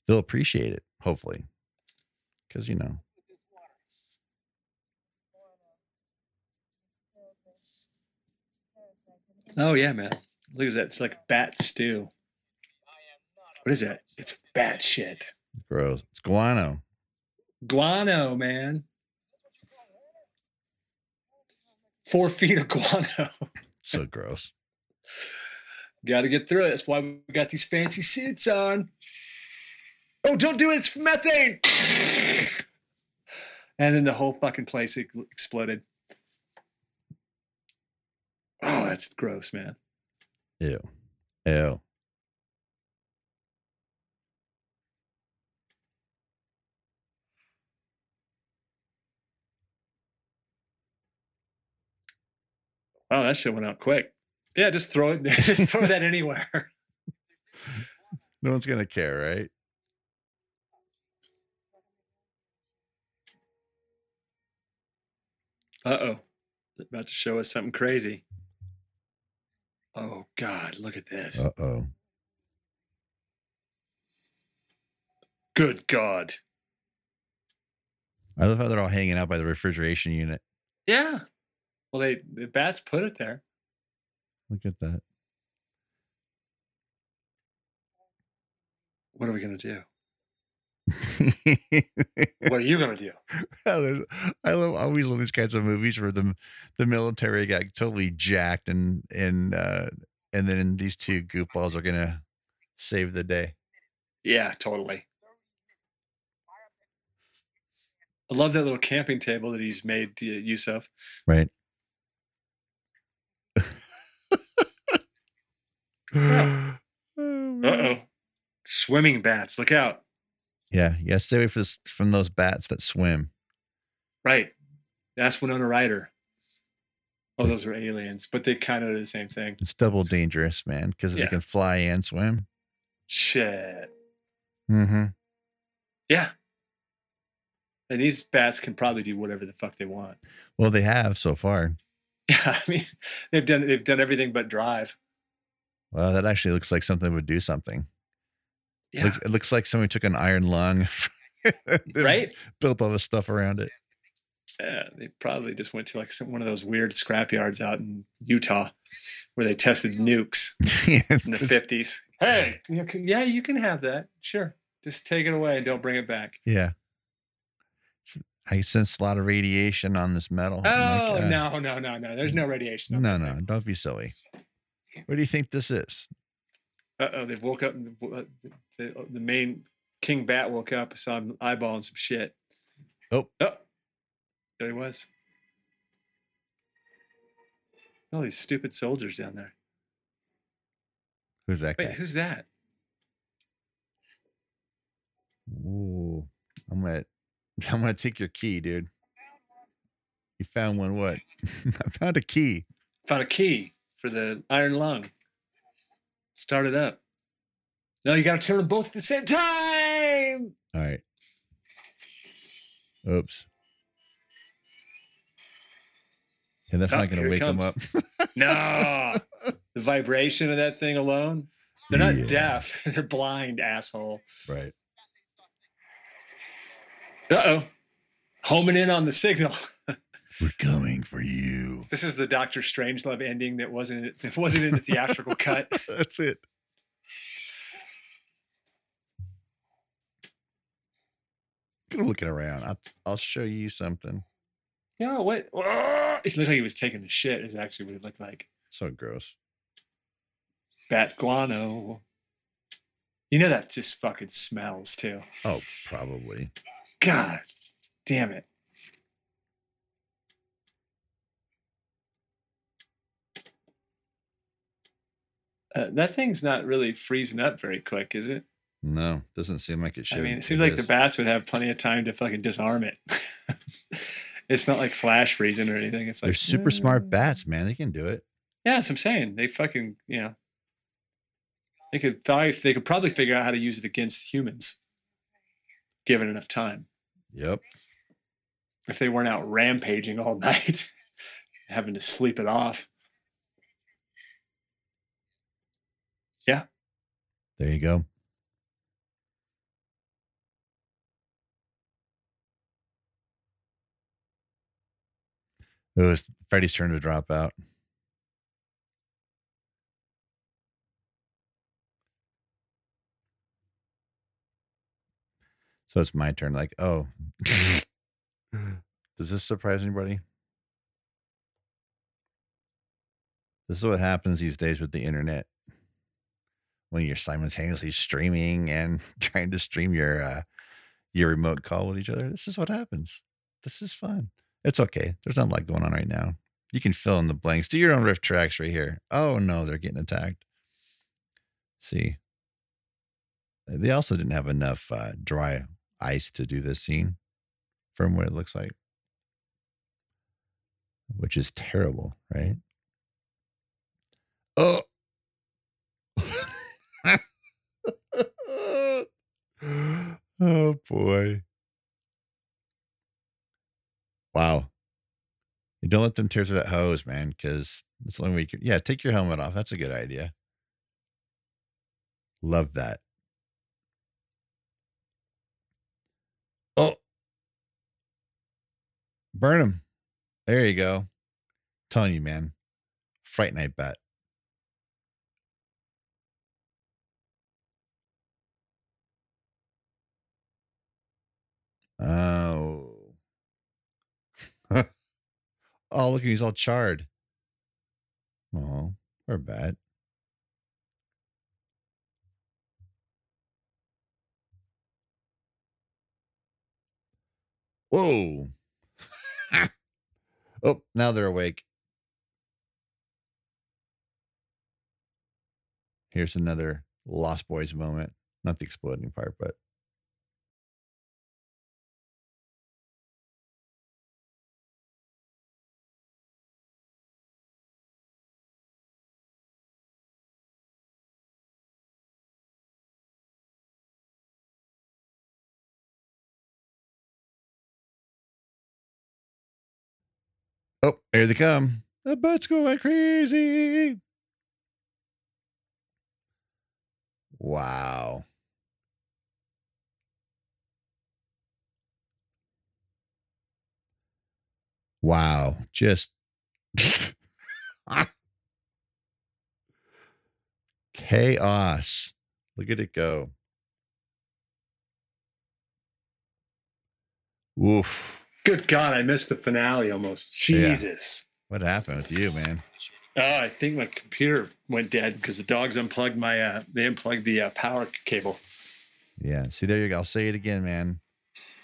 They'll appreciate it, hopefully, because you know.
Oh yeah, man. Look at that. It's like bat stew. What is that? It's bat shit.
Gross. It's guano.
Guano, man. Four feet of guano.
So gross.
Got to get through it. That's why we got these fancy suits on. Oh, don't do it. It's methane. and then the whole fucking place ex- exploded. Oh, that's gross, man.
Ew. Ew.
Wow, Oh, that shit went out quick. Yeah, just throw it. Just throw that anywhere.
No one's gonna care, right?
Uh oh. About to show us something crazy. Oh God, look at this.
Uh oh.
Good God.
I love how they're all hanging out by the refrigeration unit.
Yeah. Well, they the bats put it there.
Look at that.
What are we gonna do? What are you gonna do?
There's- I love I always love these kinds of movies where the the military got totally jacked and and uh and then these two goofballs are gonna save the day.
Yeah, totally. I love that little camping table that he's made uh, use of.
Right.
Uh oh. Swimming bats, look out.
yeah, yeah. Stay away from this, from those bats that swim.
Right. That's Winona Ryder. Oh, those are aliens, but they kind of do the same thing.
It's double dangerous, man, because
Yeah.
they can fly and swim.
Shit.
Mm-hmm.
Yeah. And these bats can probably do whatever the fuck they want.
Well, they have so far.
Yeah, I mean, they've done they've done everything but drive.
Well, that actually looks like something would do something.
Yeah.
Looks, it looks like someone took an iron lung, and
right?
Built all this stuff around it.
Yeah, they probably just went to like some, one of those weird scrap yards out in Utah where they tested nukes
yeah,
in the 50s. Hey, you can- yeah, you can have that. Sure. Just take it away and don't bring it back.
yeah. S- I sense a lot of radiation on this metal. I'm
Oh,
like, uh,
no, no, no, no. There's no radiation.
No, no, don't be silly. What do you think this is?
Uh oh, they've woke up. and w- uh, The, the main king bat woke up, saw him eyeballing some shit.
Oh.
Oh, there he was. All these stupid soldiers down there.
Who's that
Wait,
guy?
who's that?
Ooh, I'm gonna, I'm gonna take your key, dude. You found one. What? I found a key.
Found a key for the iron lung. Start it up. No, you got to turn them both at the same time.
All right. Oops. And that's
Oh,
not gonna
here it
wake him up.
comes. No, the vibration of that thing alone. They're not
Yeah.
deaf. They're blind, asshole.
Right.
Uh oh. Homing in on the signal.
We're coming for you.
This is the Doctor Strangelove ending that wasn't that wasn't in the theatrical cut.
That's it. Get him looking around. I'll, I'll show you something.
Yeah, what? Oh, it looked like he was taking the shit. Is actually what it looked like.
So gross.
Bat guano. You know that just fucking smells too.
Oh, probably.
God damn it. Uh, that thing's not really freezing up very quick, is it?
No, doesn't seem like it should.
I mean, it seems like the
is.
bats would have plenty of time to fucking disarm it. it's not like flash freezing or anything. It's like
They're super
"Eh."
smart bats, man. They can do it.
Yeah, that's what I'm saying. They fucking you know. They could probably they could probably figure out how to use it against humans, given enough time.
Yep.
If they weren't out rampaging all night, having to sleep it off.
There you go. It was Freddy's turn to drop out. So it's my turn. Like, oh, does this surprise anybody? This is what happens these days with the internet when you're simultaneously streaming and trying to stream your uh, your remote call with each other. This is what happens. This is fun. It's okay. There's not a lot going on right now. You can fill in the blanks. Do your own riff tracks right here. Oh no, they're getting attacked. See, they also didn't have enough uh, dry ice to do this scene, from what it looks like, which is terrible, right? Oh. oh boy. Wow. You don't let them tear through that hose, man, because it's the only way you can. Yeah, take your helmet off. That's a good idea. Love that. Oh. Burn him. There you go. Telling you, man. Fright night bet. Oh. oh, look, he's all charred. Oh, poor bat. Whoa. oh, now they're awake. Here's another Lost Boys moment. Not the exploding part, but Oh, here they come. The boat's going crazy. Wow. Wow. Just chaos. Look at it go. Woof.
Good God, I missed the finale almost. Jesus.
What happened with you, man?
Oh, I think my computer went dead because the dogs unplugged my. Uh, they unplugged the uh, power cable.
Yeah. See, there you go. I'll say it again, man.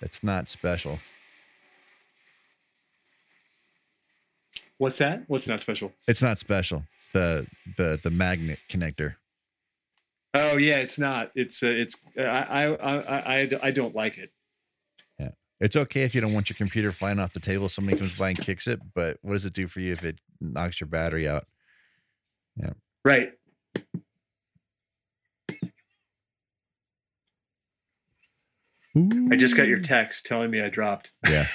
It's not special.
What's that? What's not special?
It's not special. The the the magnet connector.
Oh yeah, it's not. It's uh, it's. Uh, I, I I I I don't like it.
It's okay if you don't want your computer flying off the table. Somebody comes by and kicks it, but what does it do for you if it knocks your battery out?
Right. I just got your text telling me I dropped.
yeah.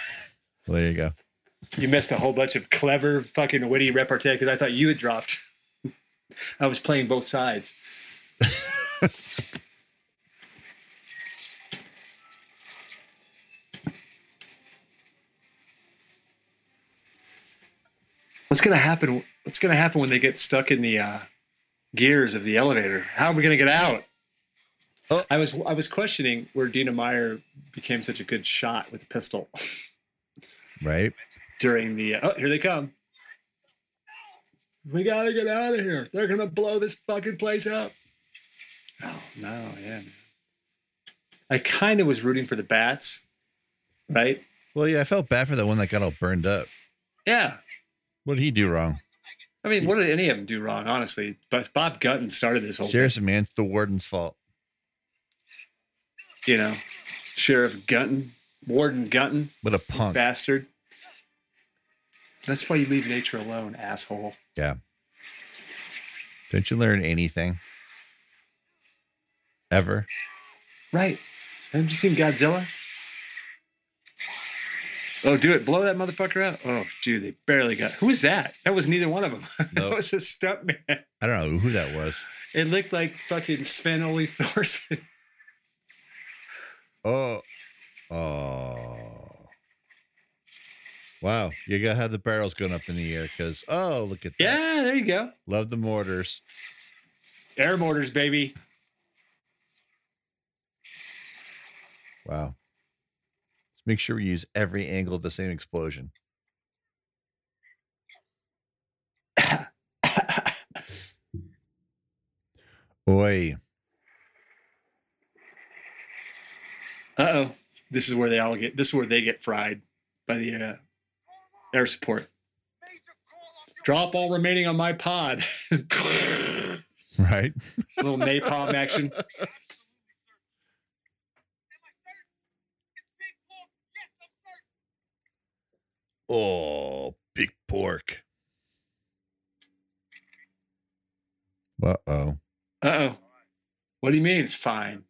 Well, there you go.
You missed a whole bunch of clever, fucking witty repartee because I thought you had dropped. I was playing both sides. what's gonna happen? What's gonna happen when they get stuck in the uh, gears of the elevator? How are we gonna get out?
Oh.
I was I was questioning where Dina Meyer became such a good shot with a pistol
Right.
during the oh here they come we gotta get out of here they're gonna blow this fucking place up oh no yeah man. i kind of was rooting for the bats right
Well, yeah. I felt bad for the one that got all burned up.
yeah
What did he do wrong?
i mean what did any of them do wrong honestly but bob gutton started this whole thing,
Seriously, man. It's the warden's fault.
you know sheriff gutton warden gutton
What a punk.
bastard that's why you leave nature alone asshole
Don't you learn anything? Ever?
Right. Haven't you seen Godzilla? Oh, do it. Blow that motherfucker up. Oh, dude, they barely got. Who was that? That was neither one of them. that
Nope.
was a stuntman.
I don't know who that was.
It looked like fucking Sven Ole Thorson.
Oh, oh, wow! You gotta have the barrels going up in the air because oh, look at that!
yeah, there you go.
Love the mortars.
Air mortars, baby.
Wow. Let's make sure we use every angle of the same explosion. Oi!
Uh oh. This is where they all get. This is where they get fried by the uh, air support. Drop all remaining on my pod. Little
Right?
napalm action.
Oh, big pork. Uh oh.
Uh oh. What do you mean it's fine?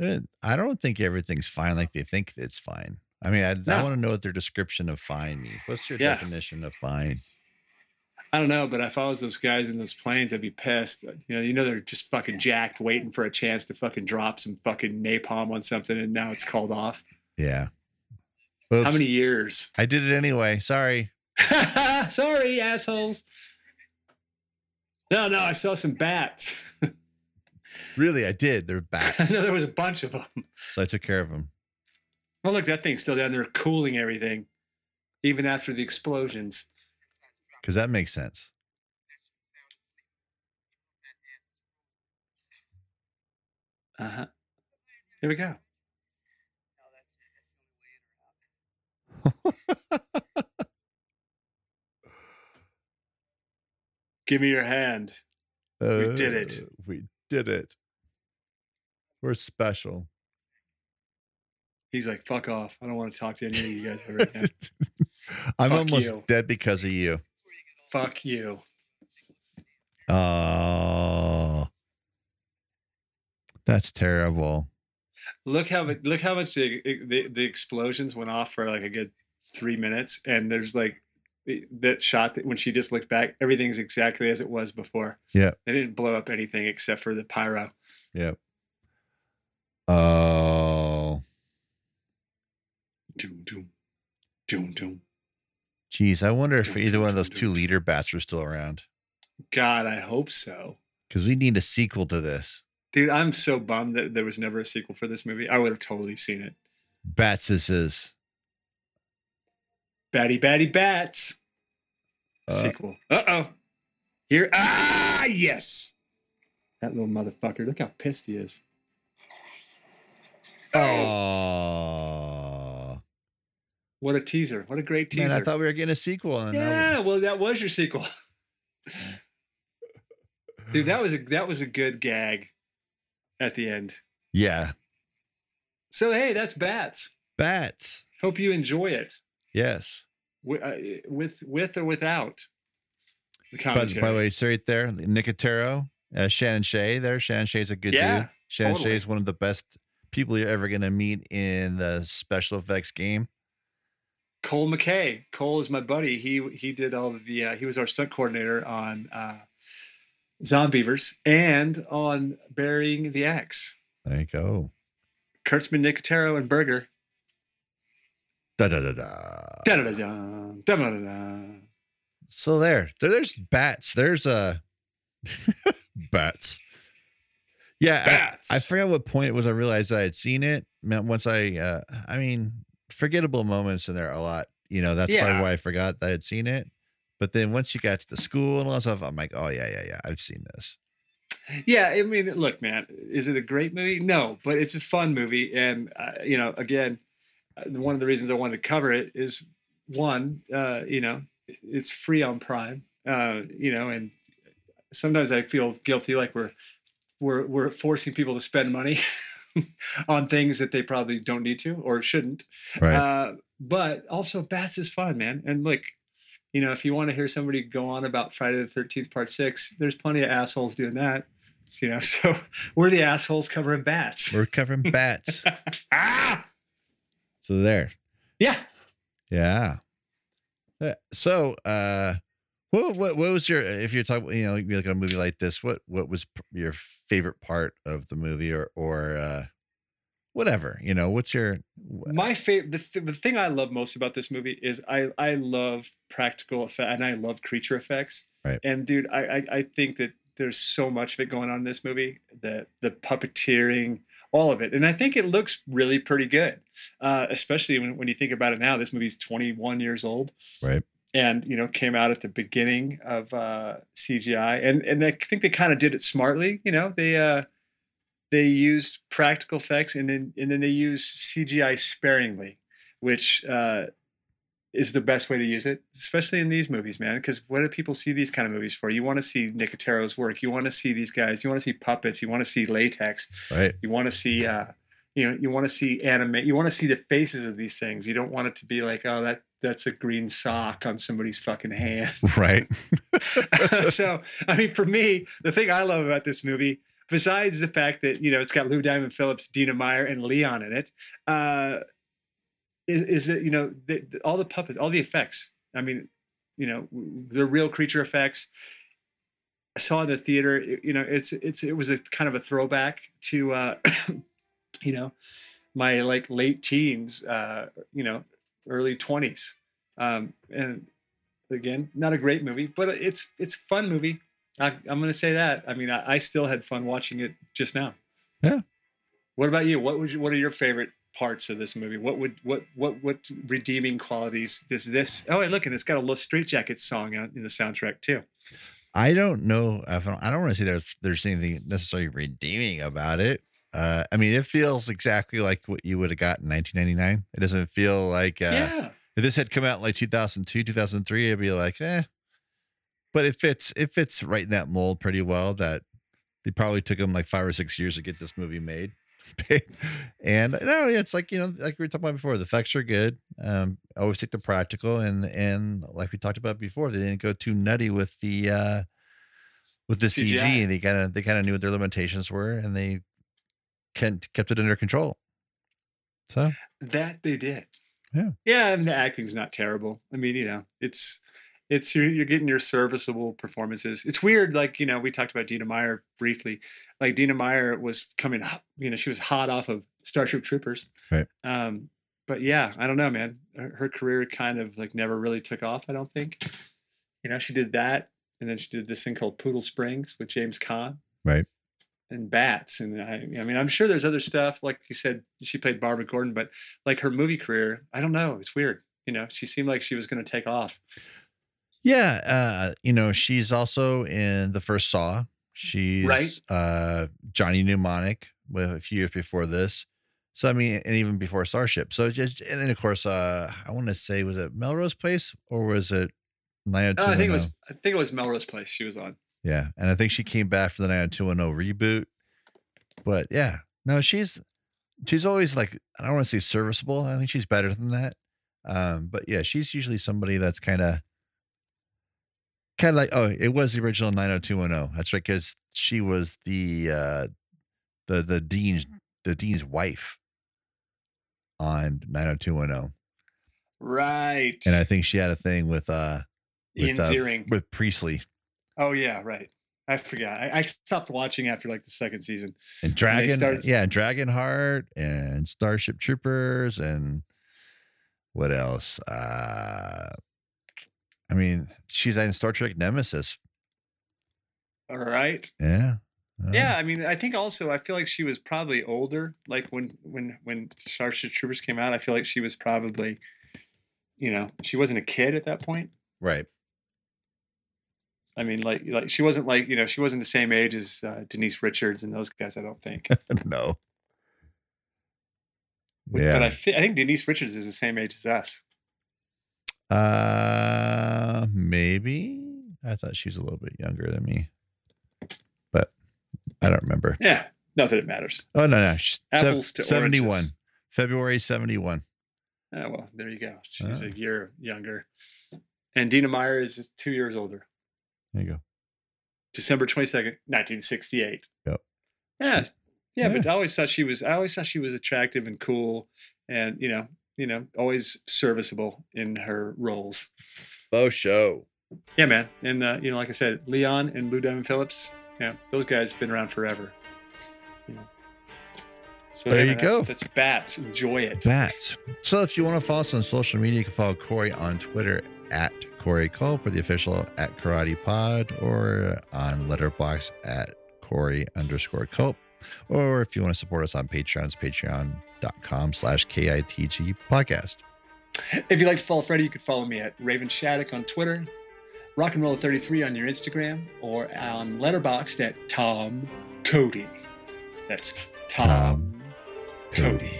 Eh, I don't think everything's fine like they think it's fine. I mean, I, I
No.
want to know what their description of fine means. What's your
Yeah.
definition of fine?
I don't know, but if I was those guys in those planes, I'd be pissed. You know, you know they're just fucking jacked, waiting for a chance to fucking drop some fucking napalm on something, and now it's called off.
Yeah. Oops,
How many years?
I did it anyway. Sorry.
Sorry, assholes. No, no, I saw some bats.
Really, I did. They're
I
bats.
know there was a bunch of them.
so I took care of them.
Oh, look, that thing's still down there cooling everything, even after the explosions.
because that makes sense.
Uh huh. Here we go. Give me your hand. We did it.
Uh, We did it. We're special.
He's like, fuck off. I don't want to talk to any of you guys ever again.
I'm
Fuck
almost
you.
dead because of you.
fuck you.
Oh, that's terrible.
Look how mu- look how much the, eh, the the explosions went off for like a good three minutes, and there's like the- that shot that when she just looked back, everything's exactly as it was before.
Yeah.
they didn't blow up anything except for the pyro.
Yep. Oh,
Doom doom doom doom.
geez. I wonder if either one of those two leader bats are still around
God, I hope so.
because we need a sequel to this.
Dude, I'm so bummed that there was never a sequel for this movie. I would have totally seen it.
Bats, this is.
Batty batty bats.
Uh,
sequel. Uh oh. Here. Ah yes. That little motherfucker. Look how pissed he is.
Oh,
What a teaser. What a great teaser.
man. I thought we were getting a sequel. And now
yeah, well, that was your sequel. Dude, that was a that was a good gag at the end.
yeah.
So hey, that's bats.
Bats.
Hope you enjoy it.
Yes.
Wi- uh, With with or without the
But
commentary.
by the way, it's right there, Nicotero, uh, Shannon Shea. There, Shannon Shea's a good
Yeah,
dude. Shannon
totally.
Shea's one of the best people you're ever gonna meet in the special effects game.
Cole McKay. Cole is my buddy. He he did all of the uh, he was our stunt coordinator on uh Zombievers and on Burying the Axe.
There you go.
Kurtzman, Nicotero, and Berger.
Da da da da.
Da-da-da-da, da-da-da-da.
So there, there- there's bats. There's uh bats. Yeah, I-
Bats.
I forgot what point it was. I realized I had seen it. Man, Once I, uh, I mean, forgettable moments in there a lot. You know, that's
Yeah.
probably why I forgot that I had seen it. But then once you got to the school and all that stuff, I'm like, oh yeah, yeah, yeah, I've seen this.
Yeah, I mean, look, man, is it a great movie? No, but it's a fun movie, and uh, you know, again, uh, one of the reasons I wanted to cover it is one, uh, you know, it's free on Prime, uh, you know, and sometimes I feel guilty, like we're we're we're forcing people to spend money on things that they probably don't need to or shouldn't.
Right.
Uh, but also, Bats is fun, man, and like. You know, if you want to hear somebody go on about Friday the Thirteenth Part Six, there's plenty of assholes doing that. So, you know, so we're the assholes covering bats.
We're covering bats.
ah,
so there,
yeah.
yeah. Yeah, So, uh, what, what what was your if you're talking you know you look at a movie like this what what was p- your favorite part of the movie or or uh whatever you know what's your wh-
My favorite, the, th- the thing I love most about this movie is I I love practical effect and I love creature effects.
Right.
And dude, I, I I think that there's so much of it going on in this movie. The the puppeteering, all of it, and I think it looks really pretty good. Uh, especially when when you think about it now, this movie's 21 years old.
Right.
And you know, came out at the beginning of uh, CGI, and and I think they kind of did it smartly. You know, they. Uh, they used practical effects and then and then they used CGI sparingly, which uh, is the best way to use it, especially in these movies, man. Because what do people see these kind of movies for? You want to see Nicotero's work. You want to see these guys. You want to see puppets. You want to see latex.
right
You want to see. Uh, you know, you want to see anime. You want to see the faces of these things. You don't want it to be like, oh, that that's a green sock on somebody's fucking hand.
right
so I mean, for me, the thing I love about this movie, besides the fact that you know it's got Lou Diamond Phillips, Dina Meyer, and Leon in it, uh, is, is that you know the, the- all the puppets, all the effects. I mean, you know, w- they're real creature effects. I saw in the theater. it- You know, it's it's it was a kind of a throwback to, uh, you know, my like late teens, uh, you know, early twenties, um, and again not a great movie but it's it's a fun movie I, i'm going to say that i mean I, I still had fun watching it just now
Yeah.
what about you what would you what are your favorite parts of this movie? What would what what what redeeming qualities does this? Oh, hey, look, and it's got a little Street Jackets song on, in the soundtrack too.
I don't know if I, I don't want to say there's there's anything necessarily redeeming about it. Uh, I mean, it feels exactly like what you would have got in 1999. It doesn't feel like uh,
yeah.
if this had come out in like 2002, 2003, it'd be like, eh. But it fits it fits right in that mold pretty well. That it probably took them like five or six years to get this movie made. and no, yeah, it's like you know, like we were talking about before, the effects are good. Um, I always take the practical, and and like we talked about before, they didn't go too nutty with the uh with the CG,
CGI.
and they kind of they kind of knew what their limitations were, and they kept kept it under control. So
That they did.
Yeah.
Yeah, and the acting's not terrible. I mean, you know, it's it's you're, you're getting your serviceable performances. It's weird, like you know, we talked about Dina Meyer briefly. Like Dina Meyer was coming, h- you know, she was hot off of Starship Troopers.
Right.
Um, but yeah, I don't know, man. Her, her career kind of like never really took off. I don't think. You know, she did that, and then she did this thing called Poodle Springs with James Caan.
Right.
And bats, and I, I mean, I'm sure there's other stuff. Like you said, she played Barbara Gordon, but like her movie career, I don't know. It's weird. You know, she seemed like she was going to take off.
yeah, uh, you know, she's also in the first Saw. She's
Right.
uh, Johnny Mnemonic with a few years before this. So I mean, and even before Starship. So just and then of course, uh, I want to say was it Melrose Place or was it Nine Hundred Two?
Oh, I think it was. I think it was Melrose Place she was on.
Yeah, and I think she came back for the 90210 reboot. But yeah, no, she's she's always like I don't want to say serviceable. I think she's better than that. Um, but yeah, she's usually somebody that's kind of kind of like oh, it was the original 90210. That's right, because she was the uh, the the dean's the dean's wife on 90210,
Right.
and I think she had a thing with uh
Ian
with uh,
Ziering.
with Priestley
Oh yeah, right. I forgot. I, I stopped watching after like the second season.
and Dragon,
start-
yeah, and Dragonheart and Starship Troopers and what else? Uh I mean, she's in Star Trek Nemesis.
All right.
Yeah. Uh,
Yeah, I mean, I think also I feel like she was probably older. Like when when when Starship Troopers came out, I feel like she was probably, you know, she wasn't a kid at that point.
Right.
I mean, like like she wasn't like you know she wasn't the same age as uh, Denise Richards and those guys. I don't think.
no.
But
Yeah.
I, thi- I think Denise Richards is the same age as us.
uh maybe. I thought she was a little bit younger than me. But I don't remember.
Yeah, not that it matters.
Oh no, no. she's sev-
Apples to
71.
oranges.
February 71.
Oh, well, there you go. She's
Ah.
a year younger. And Dina Meyer is two years older.
There you go.
December 22nd, 1968.
Yep.
Yeah. Yeah, but
yeah.
I always thought she was I always thought she was attractive and cool and you know, you know, always serviceable in her roles.
Faux show.
Yeah, man. And uh, you know, like I said, Leon and Lou Diamond Phillips, yeah, those guys have been around forever. You know. So
There
yeah, man,
you
that's-
go.
That's bats. Enjoy it.
That. So if you want to follow us on social media, you can follow Corey on Twitter at Corey Culp or the official at Karate Pod or on Letterbox at Corey underscore Culp. Or if you want to support us on Patreon, it's patreon.com slash KITG podcast.
If you'd like to follow Freddie, you could follow me at Raven Shattuck on Twitter, Rock and Roll 33 on your Instagram, or on Letterboxd at Tom Cody. That's Tom,
Tom
Cody.
Cody.